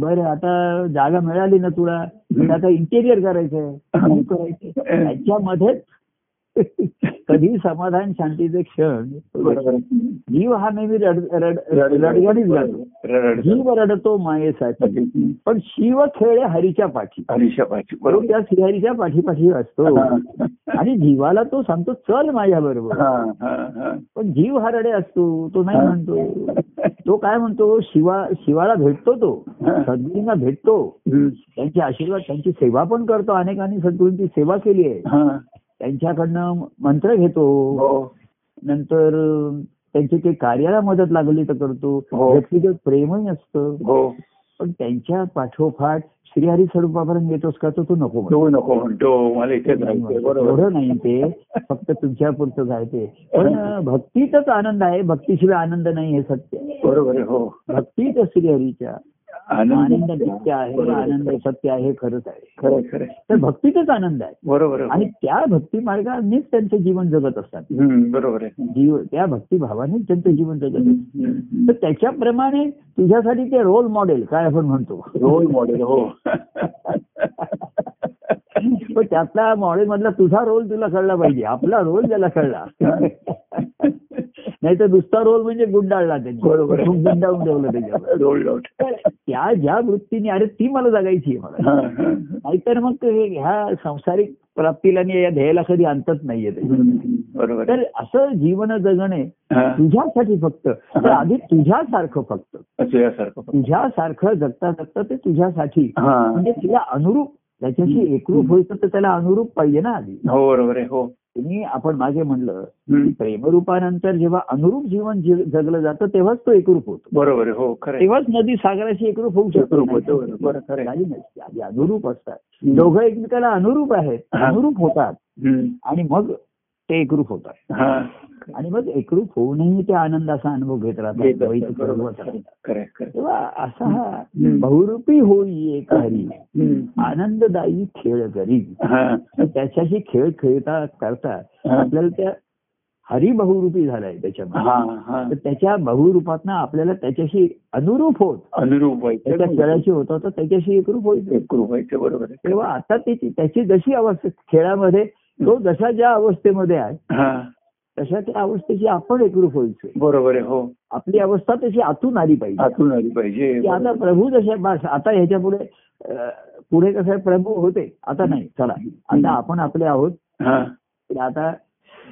Speaker 2: बरं आता जागा मिळाली ना तुला तर आता इंटेरियर करायचंय हे करायचंय त्याच्यामध्येच कधी समाधान शांतीचे क्षण
Speaker 1: बरोबर आहे.
Speaker 2: जीव हा नेहमी रड रड रडगणीत जातो
Speaker 1: रडगणीत जातो.
Speaker 2: जीव रडतो मायेसाठी पण शिव खेळ हरीच्या पाठी
Speaker 1: हरीशा पाठी
Speaker 2: तो
Speaker 1: बरोबर
Speaker 2: त्या श्रीहरीच्या पाठीपाठी असतो
Speaker 1: हा.
Speaker 2: आणि जीवाला तो सांगतो चल माझ्या बरोबर
Speaker 1: हा, हा, हा.
Speaker 2: पण जीव हरडे असतो तो नाही
Speaker 1: हा.
Speaker 2: म्हणतो तो काय म्हणतो शिवा शिवाला भेटतो तो
Speaker 1: हा.
Speaker 2: सद्गुरूंना भेटतो
Speaker 1: हम्म.
Speaker 2: त्यांचे आशीर्वाद त्यांची सेवा पण करतो अनेकांनी सद्गुरूंची सेवा केली आहे
Speaker 1: हा.
Speaker 2: त्यांच्याकडनं मंत्र घेतो
Speaker 1: हो.
Speaker 2: नंतर अं, त्यांची काही कार्याला मदत लागली तर करतो
Speaker 1: हो.
Speaker 2: व्यक्तिगत प्रेमही असतं
Speaker 1: हो
Speaker 2: पण त्यांच्या पाठोपाठ श्रीहरी स्वरूपापर्यंत येतोस का तो तो नको म्हणतो.
Speaker 1: तो नको म्हणतो मला इथे जायचंय बरोबर
Speaker 2: एवढं नाही ते फक्त तुमच्या पुरतं जायचे पण अं, भक्तीचाच आनंद आहे भक्तीशिवाय आनंद नाही हे सत्य आहे.
Speaker 1: बरोबर आहे, हो
Speaker 2: भक्तीच श्रीहरीच्या आनंद
Speaker 1: आनंद
Speaker 2: नित्य आहे
Speaker 1: बरोबर.
Speaker 2: आनंद सत्य आहे हे खरंच आहे
Speaker 1: खरं आहे, खरं आहे.
Speaker 2: तर भक्तीतच आनंद आहे
Speaker 1: बरोबर आहे. हो.
Speaker 2: आणि त्या भक्ती मार्गानेच त्यांचं जीवन जगत असतात
Speaker 1: हम्म, बरोबर आहे
Speaker 2: जीव त्या भक्तिभावानेच त्यांचं जीवन जगत असतात
Speaker 1: हम्म.
Speaker 2: तर त्याच्याप्रमाणे तुझ्यासाठी ते रोल मॉडेल काय आपण
Speaker 1: [laughs]
Speaker 2: म्हणतो
Speaker 1: रोल मॉडेल हो
Speaker 2: पण त्यातला मॉडेल मधला तुझा रोल तुला कळला पाहिजे आपला रोल त्याला कळला नाही तर दुसरा रोल म्हणजे गुंडाळला त्यांनी
Speaker 1: बरोबर आहे.
Speaker 2: [laughs] गुंडाळून ठेवलं त्याच्यावर
Speaker 1: रोल आउट
Speaker 2: तर त्या ज्या वृत्तीने अरे ती मला जगायची आहे मला
Speaker 1: हा, हा.
Speaker 2: नाहीतर मग हे ह्या संसारिक प्राप्तीला आणि या ध्येयाला कधी अंतच नाहीये त्याच्यात.
Speaker 1: हम्म, बरोबर
Speaker 2: तर
Speaker 1: आहे.
Speaker 2: असं जीवन जगणे
Speaker 1: हा.
Speaker 2: तुझ्यासाठी फक्त तर आधी तुझ्यासारखं फक्त
Speaker 1: असं यासारखं
Speaker 2: तुझ्यासारखं जगता जगता ते तुझ्यासाठी
Speaker 1: हा
Speaker 2: म्हणजे तिला अनुरूप त्याच्याशी एकरूप व्हायचं तर त्याला अनुरूप पाहिजे ना आधी
Speaker 1: हो बरोबर आहे हो
Speaker 2: तुम्ही आपण मागे म्हणलं
Speaker 1: हम्म.
Speaker 2: प्रेमरूपानंतर जेव्हा अनुरूप जीवन जे- जगलं जातं तेव्हाच तो एकरूप होतो
Speaker 1: बरोबर आहे हो खरं आहे.
Speaker 2: तेव्हाच नदी सागराशी एकरूप होऊ शकतो
Speaker 1: एकरूप होतो, बरोबर, खरं आहे.
Speaker 2: काही नसते आधी अनुरूप असतात
Speaker 1: हम्म.
Speaker 2: दोघं एकमेकाला अनुरूप आहेत
Speaker 1: हा.
Speaker 2: अनुरूप होतात
Speaker 1: हम्म.
Speaker 2: आणि मग ते एकरूप होतात
Speaker 1: हा
Speaker 2: आणि मग एकरूप होऊनही ते आनंदाचा अनुभव घेत
Speaker 1: घेत
Speaker 2: राहतात
Speaker 1: असतात,
Speaker 2: द्वैत
Speaker 1: बरोबर.
Speaker 2: सर्वच राहतात.
Speaker 1: खरं आहे, खरं आहे.
Speaker 2: तेव्हा असा हा
Speaker 1: हम्म.
Speaker 2: बहुरूपी होई एक हरी
Speaker 1: हम्म.
Speaker 2: आनंददायी खेळ करी
Speaker 1: हा.
Speaker 2: त्याच्याशी खेळ खेळता करता
Speaker 1: हा.
Speaker 2: आपल्याला त्या हरी बहुरूपी झालाय त्याच्यामध्ये
Speaker 1: हा, हा.
Speaker 2: तर त्याच्या बहुरूपातनं आपल्याला त्याच्याशी अनुरूप होत
Speaker 1: अनुरूप
Speaker 2: त्याच्या
Speaker 1: व्हायचं
Speaker 2: खेळाशी होत होता त्याच्याशी एकरूप होईल
Speaker 1: एकरूप व्हायचं बरोबर आहे
Speaker 2: तेव्हा आता त्याची त्याची जशी अवस्था खेळामध्ये तो जशा ज्या अवस्थेमध्ये आहे
Speaker 1: हा
Speaker 2: तशा त्या अवस्थेशी आपण एकरूप व्हायचोय
Speaker 1: बरोबर आहे हो
Speaker 2: आपली अवस्था तशी आतून आली पाहिजे
Speaker 1: आतून आली पाहिजे
Speaker 2: की आता प्रभू जशा बस आता ह्याच्या पुढे अ, पुढे कसं आहे, प्रभू होते आता नाही चला आता आपण आपले आहोत
Speaker 1: हा
Speaker 2: तर आता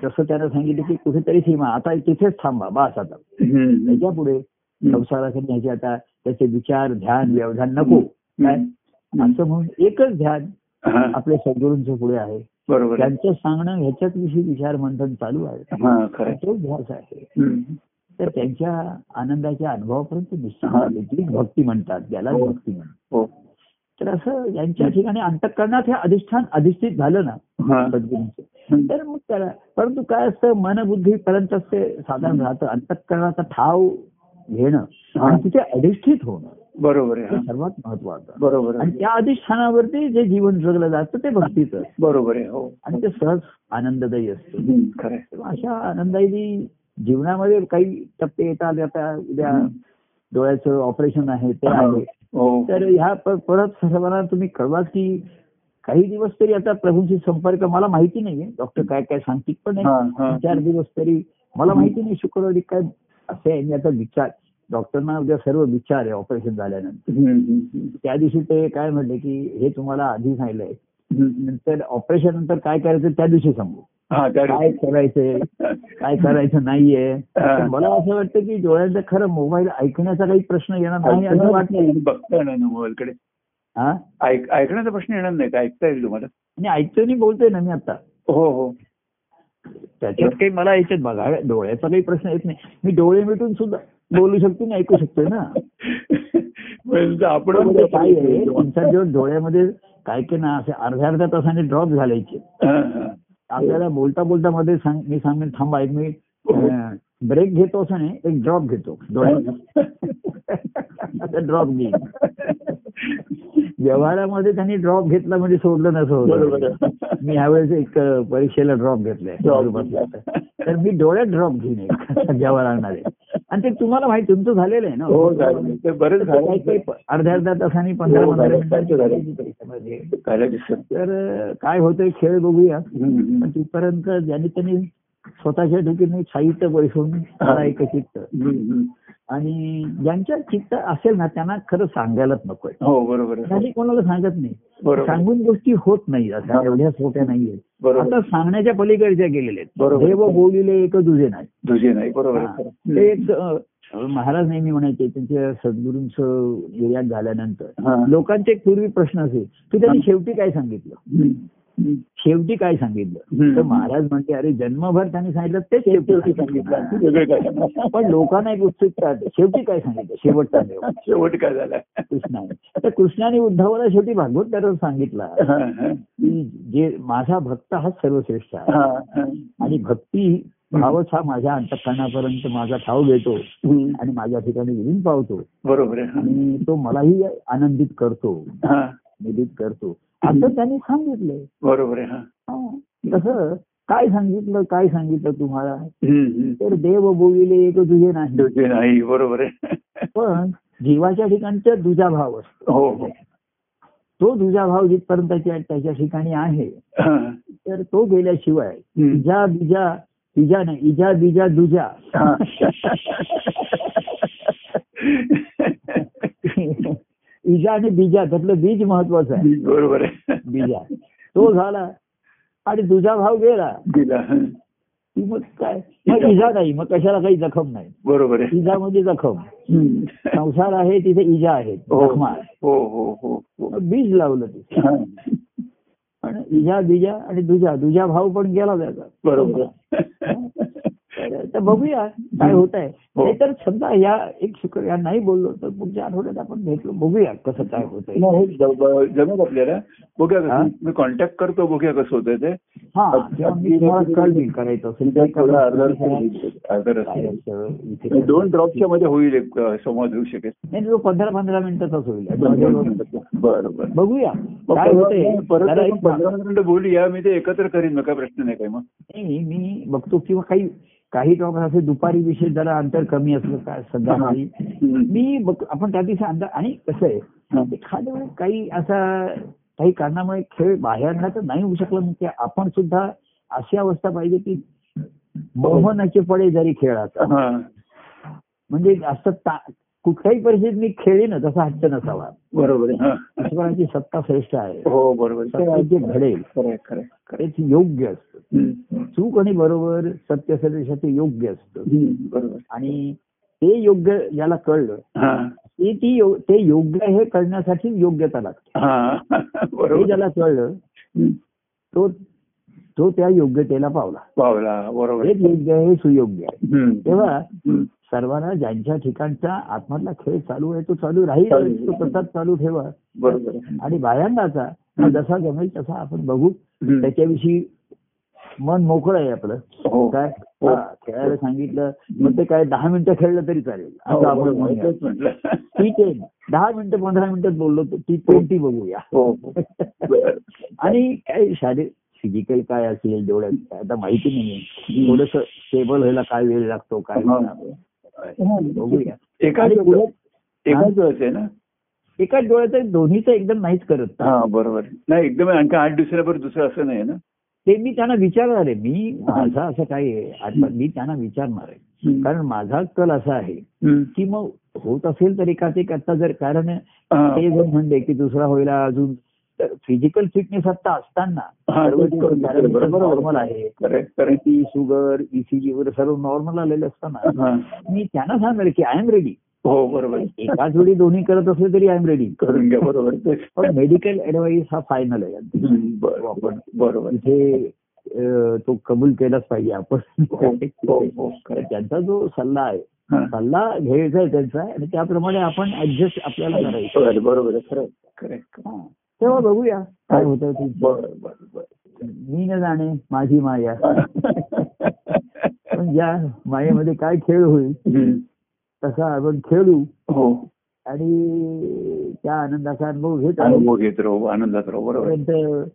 Speaker 2: जसं त्यानं सांगितलं की कुठेतरी सीमा आता तिथेच थांबा बस आता
Speaker 1: हम्म.
Speaker 2: त्याच्या पुढे
Speaker 1: हम्म.
Speaker 2: संसाराकडे न्यायचे आता त्याचे विचार ध्यान व्यवधान नको काय
Speaker 1: हम्म.
Speaker 2: असं म्हणून एकच ध्यान
Speaker 1: हा,
Speaker 2: आपल्या सद्गुरूंचं पुढे आहे
Speaker 1: बरोबर आहे.
Speaker 2: त्यांचं सांगणं ह्याच्याच विषयी विचार मंथन चालू आहे
Speaker 1: हा खरं आहे.
Speaker 2: तो ध्यास आहे
Speaker 1: हम्म.
Speaker 2: तर त्यांच्या आनंदाच्या अनुभवापर्यंत निश्चित
Speaker 1: हा.
Speaker 2: झाली. ती भक्ती म्हणतात त्याला
Speaker 1: हो.
Speaker 2: भक्ती म्हणतात
Speaker 1: हो
Speaker 2: तर असं यांच्या ठिकाणी अंतकरणात हे अधिष्ठान अधिष्ठित झालं ना
Speaker 1: हा
Speaker 2: सद्गुरूंचं तर मग त्याला परंतु काय असतं मनबुद्धी पर्यंत ते साधारण राहतं अंतकरणाचा ठाव घेणं
Speaker 1: हा.
Speaker 2: आणि तिथे अधिष्ठित होणं
Speaker 1: बरोबर आहे
Speaker 2: हे
Speaker 1: हा.
Speaker 2: सर्वात महत्वाचं
Speaker 1: बरोबर
Speaker 2: आणि
Speaker 1: आहे
Speaker 2: त्या अधिष्ठानावरती जे जीवन जगलं जातं ते भक्तीचं
Speaker 1: बरोबर आहे हो
Speaker 2: आणि ते सहज आनंददायी असतं
Speaker 1: हम्म, खरं आहे.
Speaker 2: तेव्हा अशा आनंददायी जीवनामध्ये काही टप्पे येतात आता उद्या डोळ्याचं ऑपरेशन आहे ते आहे
Speaker 1: हो
Speaker 2: तर ह्या प- परत सर्वांना तुम्ही कळवाच की काही दिवस तरी आता प्रभूंशी संपर्क मला माहिती नाहीये डॉक्टर काय काय सांगतील पण एक
Speaker 1: हा, हा.
Speaker 2: चार दिवस तरी मला माहिती नाही शुक्रवारी काय असं आहे. आणि आता विचार डॉक्टरना उद्या सर्व विचार आहे ऑपरेशन झाल्यानंतर
Speaker 1: हम्म, हम्म,
Speaker 2: त्या दिवशी ते काय म्हणले की हे तुम्हाला आधी सांगितलंय
Speaker 1: हम्म.
Speaker 2: नंतर ऑपरेशन नंतर काय करायचं त्या दिवशी सांगू
Speaker 1: हा त्या
Speaker 2: काय करायचंय काय करायचं नाहीये तर मला असं वाटतं की डोळ्यांचा खरं मोबाईल ऐकण्याचा काही प्रश्न येणार नाही असं वाटत
Speaker 1: बघता येणार ना मोबाईलकडे
Speaker 2: हा
Speaker 1: ऐक ऐकण्याचा प्रश्न येणार नाही का ऐकता येईल तुम्हाला
Speaker 2: आणि ऐकतोय आणि बोलतोय ना मी आता
Speaker 1: हो हो
Speaker 2: त्याच्यात काही मला याच्यात बघा डोळ्याचा काही प्रश्न येत नाही मी डोळे मिटून सुद्धा बोलू शकतो आणि ऐकू शकतोय ना
Speaker 1: म्हणजे आपण
Speaker 2: पण ते काय आहे तुमच्या जेव्हा डोळ्यामध्ये काय काय ना असे अर्ध्या अर्ध्या तासाने ड्रॉप घालायचे
Speaker 1: हा, हा.
Speaker 2: आपल्याला बोलता बोलता मध्ये सांग मी सांगेन थांबा एक मी ब्रेक घेतो असं नाही एक ड्रॉप घेतो हो. डोळ्यात ड्रॉप घेईन व्यवहारामध्ये त्यांनी ड्रॉप घेतला म्हणजे सोडलं नसं
Speaker 1: बरोबर
Speaker 2: होतं मी यावेळेस एक अ, परीक्षेला ड्रॉप घेतलाय तर मी डोळ्यात ड्रॉप घेईन [laughs] एक ज्यावर आणणार आहे आणि ते तुम्हाला माहिती तुमचं झालेलं आहे ना
Speaker 1: हो झालं ते बरेच
Speaker 2: तर काही काही
Speaker 1: झालं
Speaker 2: प- अर्ध्या अर्ध्या तासाने पंधरा
Speaker 1: हो,
Speaker 2: पंधरा
Speaker 1: झालं.
Speaker 2: मिनिटांची
Speaker 1: झालं.
Speaker 2: झाली परीक्षेमध्ये.
Speaker 1: काय दिसत
Speaker 2: तर अ, काय होतंय खेळ बघूया
Speaker 1: हम्म, हम्म.
Speaker 2: पण तिथपर्यंत ज्यांनी त्यांनी स्वतःच्या ठिकाणी साहित्य बसून करा एक चित्त
Speaker 1: हम्म, हम्म.
Speaker 2: आणि ज्यांच्या चित्त असेल ना त्यांना खरं सांगायलाच नकोय
Speaker 1: हो बरोबर आहे.
Speaker 2: त्यांनी कोणाला सांगत नाही
Speaker 1: बरोबर
Speaker 2: सांगून गोष्टी होत नाही आता
Speaker 1: हा.
Speaker 2: एवढ्या सोप्या नाहीये
Speaker 1: बरोबर
Speaker 2: आता सांगण्याच्या पलीकडच्या गेलेल्या आहेत
Speaker 1: बरोबर.
Speaker 2: देव बोलिले एक दुजे नाही
Speaker 1: तुझे नाही बरोबर आहे.
Speaker 2: हा. ते एक अ, महाराज नेहमी म्हणायचे त्यांच्या सद्गुरूंचं निर्यात झाल्यानंतर
Speaker 1: हा.
Speaker 2: लोकांचे एक पूर्वी प्रश्न असे की त्यांनी शेवटी काय सांगितलं
Speaker 1: हम्म, हम्म.
Speaker 2: शेवटी काय सांगितलं
Speaker 1: हम्म.
Speaker 2: तर महाराज म्हणते अरे जन्मभर त्यांनी सांगितलं तेच शेवटी
Speaker 1: शेवटी सांगितलं
Speaker 2: सांगितलं
Speaker 1: वेगळं काय
Speaker 2: हा. पण लोकांना एक उत्सुकता असते. शेवटी काय सांगितलं शेवटचा देव
Speaker 1: शेवट काय झाला
Speaker 2: कृष्णाने तर कृष्णाने उद्धवाला शेवटी भागवत त्याला सांगितला
Speaker 1: हा, हा.
Speaker 2: की जे माझा भक्त हा सर्वश्रेष्ठ आहे
Speaker 1: हा, हा.
Speaker 2: आणि भक्ती भावच हा माझ्या अंतकरणापर्यंत माझा ठाव घेतो
Speaker 1: हम्म.
Speaker 2: आणि माझ्या ठिकाणी विलीन पावतो
Speaker 1: बरोबर आहे.
Speaker 2: आणि तो मलाही आनंदित करतो
Speaker 1: हा
Speaker 2: निधित करतो असं त्यांनी सांगितलंय
Speaker 1: बरोबर आहे हा
Speaker 2: हा. तसं काय सांगितलं काय सांगितलं तुम्हाला
Speaker 1: हम्म, हम्म.
Speaker 2: तर देव बोलिले एक तुझे नाही
Speaker 1: तुझे नाही बरोबर आहे
Speaker 2: पण जीवाच्या ठिकाणचा दुजा भाव असतो
Speaker 1: हो हो
Speaker 2: तो दुजा भाव जिथपर्यंत त्या- त्याच्या ठिकाणी आहे
Speaker 1: हा.
Speaker 2: तर तो गेल्याशिवाय
Speaker 1: हम्म.
Speaker 2: इजा बिजा इजा नाही इजा बिजा दुजा
Speaker 1: हा.
Speaker 2: इजा आणि बीजा त्यातलं बीज महत्वाचं आहे
Speaker 1: बरोबर आहे
Speaker 2: बीजा तो झाला आणि दुजा भाव गेला
Speaker 1: दिला हा.
Speaker 2: की मग काय मग इजा नाही मग कशाला काही जखम नाही
Speaker 1: बरोबर आहे
Speaker 2: इजा म्हणजे जखम
Speaker 1: हम्म.
Speaker 2: संसार आहे तिथे इजा आहे
Speaker 1: हो
Speaker 2: जखमा आहे.
Speaker 1: हो हो हो हो.
Speaker 2: मग बीज लावलं ते
Speaker 1: हा.
Speaker 2: पण इजा बिजा आणि दुजा दुजा भाव पण गेला त्याचा
Speaker 1: बरोबर
Speaker 2: तर तर बघूया काय होत आहे
Speaker 1: हो.
Speaker 2: नाहीतर समजा या एक शुक्र या नाही बोललो तर पुढच्या आठवड्यात आपण भेटलो बघूया कसं काय होत आहे
Speaker 1: नाही, हे ज- जमेल आपल्याला बघूया
Speaker 2: हा?
Speaker 1: कसं मी कॉन्टॅक्ट करतो बघूया कसं होतं ते
Speaker 2: हा किंवा मी तुम्हाला कळवीन करायचं असेल तर
Speaker 1: थोडा अर्धा
Speaker 2: काय
Speaker 1: रस्ता- अर्धा रस्ता आहे.
Speaker 2: करायचं, इथे
Speaker 1: दोन ड्रॉपच्या मध्ये होईल एक अ, संवाद होऊ शकेल
Speaker 2: नाही तो पंधरा पंधरा मिनिटाचाच होईल म्हणजे
Speaker 1: बरं बरं
Speaker 2: बघूया
Speaker 1: मग
Speaker 2: काय होतंय
Speaker 1: परत- परत
Speaker 2: जरा एक
Speaker 1: आपण पंधरा मिनिटं बोलूया मी ते एकत्र करीन मग काय प्रश्न नाही काय मग
Speaker 2: नाही, मी बघतो किंवा काही काही टॉप असे दुपारी विशेष जरा अंतर कमी असलं काय संध्याकाळी मी बघ आपण त्या दिवशी अंदाज आणि कसं आहे एखाद्या वेळेस काही असा काही कारणामुळे खेळ बाहेर आणला तर नाही होऊ शकला म्हणजे आपण सुद्धा अशी अवस्था पाहिजे की मोहनाचे पडे जरी खेळाचा
Speaker 1: हा.
Speaker 2: म्हणजे असं ता- कुठल्याही परिस्थितीत मी खेळेन तसा हट्ट नसावा
Speaker 1: बरोबर आहे. हा.
Speaker 2: ईश्वराची सत्ता श्रेष्ठ आहे
Speaker 1: हो बरोबर
Speaker 2: सत्य जे घडेल
Speaker 1: खरं आहे, खरं आहे, खरं
Speaker 2: तेच योग्य असतं
Speaker 1: आहे. हम्म.
Speaker 2: चूक आणि बरोबर सत्य सर्वेक्षा ते योग्य असतं
Speaker 1: हम्म, बरोबर
Speaker 2: आणि ते योग्य ज्याला कळलं
Speaker 1: हा
Speaker 2: ते ती यो- ते योग्य हे कळण्यासाठी योग्यता लागते
Speaker 1: हा
Speaker 2: हे
Speaker 1: बरोबर
Speaker 2: ज्याला कळलं
Speaker 1: हम्म.
Speaker 2: तो तो त्या योग्यतेला पावला
Speaker 1: पावला बरोबर
Speaker 2: हेच योग्य आहे हे सुयोग्य आहे
Speaker 1: हम्म.
Speaker 2: तेव्हा
Speaker 1: हम्म.
Speaker 2: सर्वांना ज्यांच्या ठिकाणचा आत्मधला खेळ चालू आहे तो चालू राहील
Speaker 1: चालू.
Speaker 2: तो तसाच चालू ठेवा
Speaker 1: बरोबर आहे.
Speaker 2: आणि बायांगाचा हा जसा जमेल तसा आपण बघू
Speaker 1: हम्म.
Speaker 2: त्याच्याविषयी मन मोकळं आहे आपलं
Speaker 1: हो.
Speaker 2: काय
Speaker 1: हो.
Speaker 2: हा, खेळायला सांगितलं मग ते काय दहा मिनिटं खेळलं तरी चालेल
Speaker 1: हो,
Speaker 2: असं आपण
Speaker 1: बरोबर.
Speaker 2: म्हणूया
Speaker 1: तेच म्हटलं
Speaker 2: टी टेन दहा मिनिटं पंधरा मिनिटात बोललो तर टी ट्वेंटी बघूया [laughs]
Speaker 1: हो हो. बरं.
Speaker 2: आणि काय शारीरिक फिजिकल काय असेल जेवढ्या काय आता माहिती नाहीये थोडस स्टेबल व्हायला काय वेळ लागतो काय
Speaker 1: हा.
Speaker 2: बघूया
Speaker 1: एकाच
Speaker 2: आणि पुढे-
Speaker 1: एकाच वेळेस आहे ना
Speaker 2: एकाच डोळ्याचं दोन्हीचं एकदम नाहीच करत
Speaker 1: हा बरोबर नाही एकदम आणखी आठ दिवसाबरोबर दुसरं असं नाही आहे ना
Speaker 2: ते मी त्यांना विचारणार आहे मी माझा असं काय आहे आता मी त्यांना विचारणार आहे
Speaker 1: हम्म.
Speaker 2: कारण माझा कल असा आहे
Speaker 1: हम्म.
Speaker 2: की मग होत असेल तर एकाच एक आता जर कारण
Speaker 1: हा.
Speaker 2: ते जर म्हणले की दुसरा होईल अजून तर फिजिकल फिटनेस आता असताना
Speaker 1: हा,
Speaker 2: सर्व
Speaker 1: तेच करून घेतलं. बरोबर.
Speaker 2: नॉर्मल आहे
Speaker 1: करेक्ट करेक्ट
Speaker 2: E ती शुगर ईसीजी वगैरे सर्व नॉर्मल आलेले असताना
Speaker 1: हा.
Speaker 2: मी त्यांना सांगणार की आय एम रेडी
Speaker 1: हो बरोबर
Speaker 2: एकाच वेळी दोन्ही करत असले तरी आय एम रेडी
Speaker 1: करून घ्या बरोबर
Speaker 2: पण मेडिकल ऍडवाइस हा फायनल आहे
Speaker 1: हं, बरं,
Speaker 2: आपण
Speaker 1: बरोबर
Speaker 2: इथे अ, तो कबूल केलाच पाहिजे
Speaker 1: हो, हो,
Speaker 2: आपण
Speaker 1: हो,
Speaker 2: तर
Speaker 1: correct.
Speaker 2: त्यांचा जो सल्ला आहे
Speaker 1: हा.
Speaker 2: सल्ला घ्यायचा आहे त्यांचा आणि त्याप्रमाणे आपण ऍडजस्ट आपल्याला करायचं
Speaker 1: बरं, बरोबर आहे, खरं आहे, खरं आहे, खरं आहे.
Speaker 2: हा. तेव्हा बघूया काय होतं ते.
Speaker 1: बरं बरं बरं
Speaker 2: मी न जाणे माझी माया
Speaker 1: हं. [laughs]
Speaker 2: पण या मायेमध्ये काय खेळ होईल तसा आपण खेळू
Speaker 1: हो
Speaker 2: आणि त्या आनंदाचा अनुभव घेत राहू.
Speaker 1: अनुभव घेत राहू आनंदात राहू बरोबर आहे.
Speaker 2: तोपर्यंत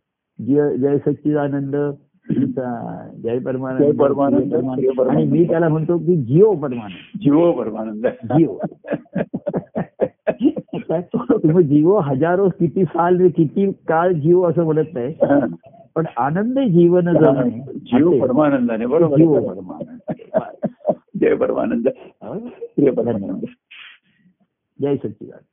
Speaker 2: जय जय सच्चिदानंद तुमचा जय परमानंद
Speaker 1: जय परमानंद,
Speaker 2: जय परमानंद.
Speaker 1: जय परमानंद.
Speaker 2: आणि मी त्याला म्हणतो की जिओ परमानंद
Speaker 1: जीवो परमानंद
Speaker 2: जीव. काय? तुम्ही जीवो हजारो किती साल रे किती काळ जीव असं म्हणत नाही पण आनंद जीवन जगणे
Speaker 1: जीव
Speaker 2: असे.
Speaker 1: परमानंदाने बरोबर
Speaker 2: जीव
Speaker 1: आहे.
Speaker 2: परमानंद.
Speaker 1: जय परमानंद
Speaker 2: हं?
Speaker 1: प्रिय परमानंद
Speaker 2: जय सच्चिदानंद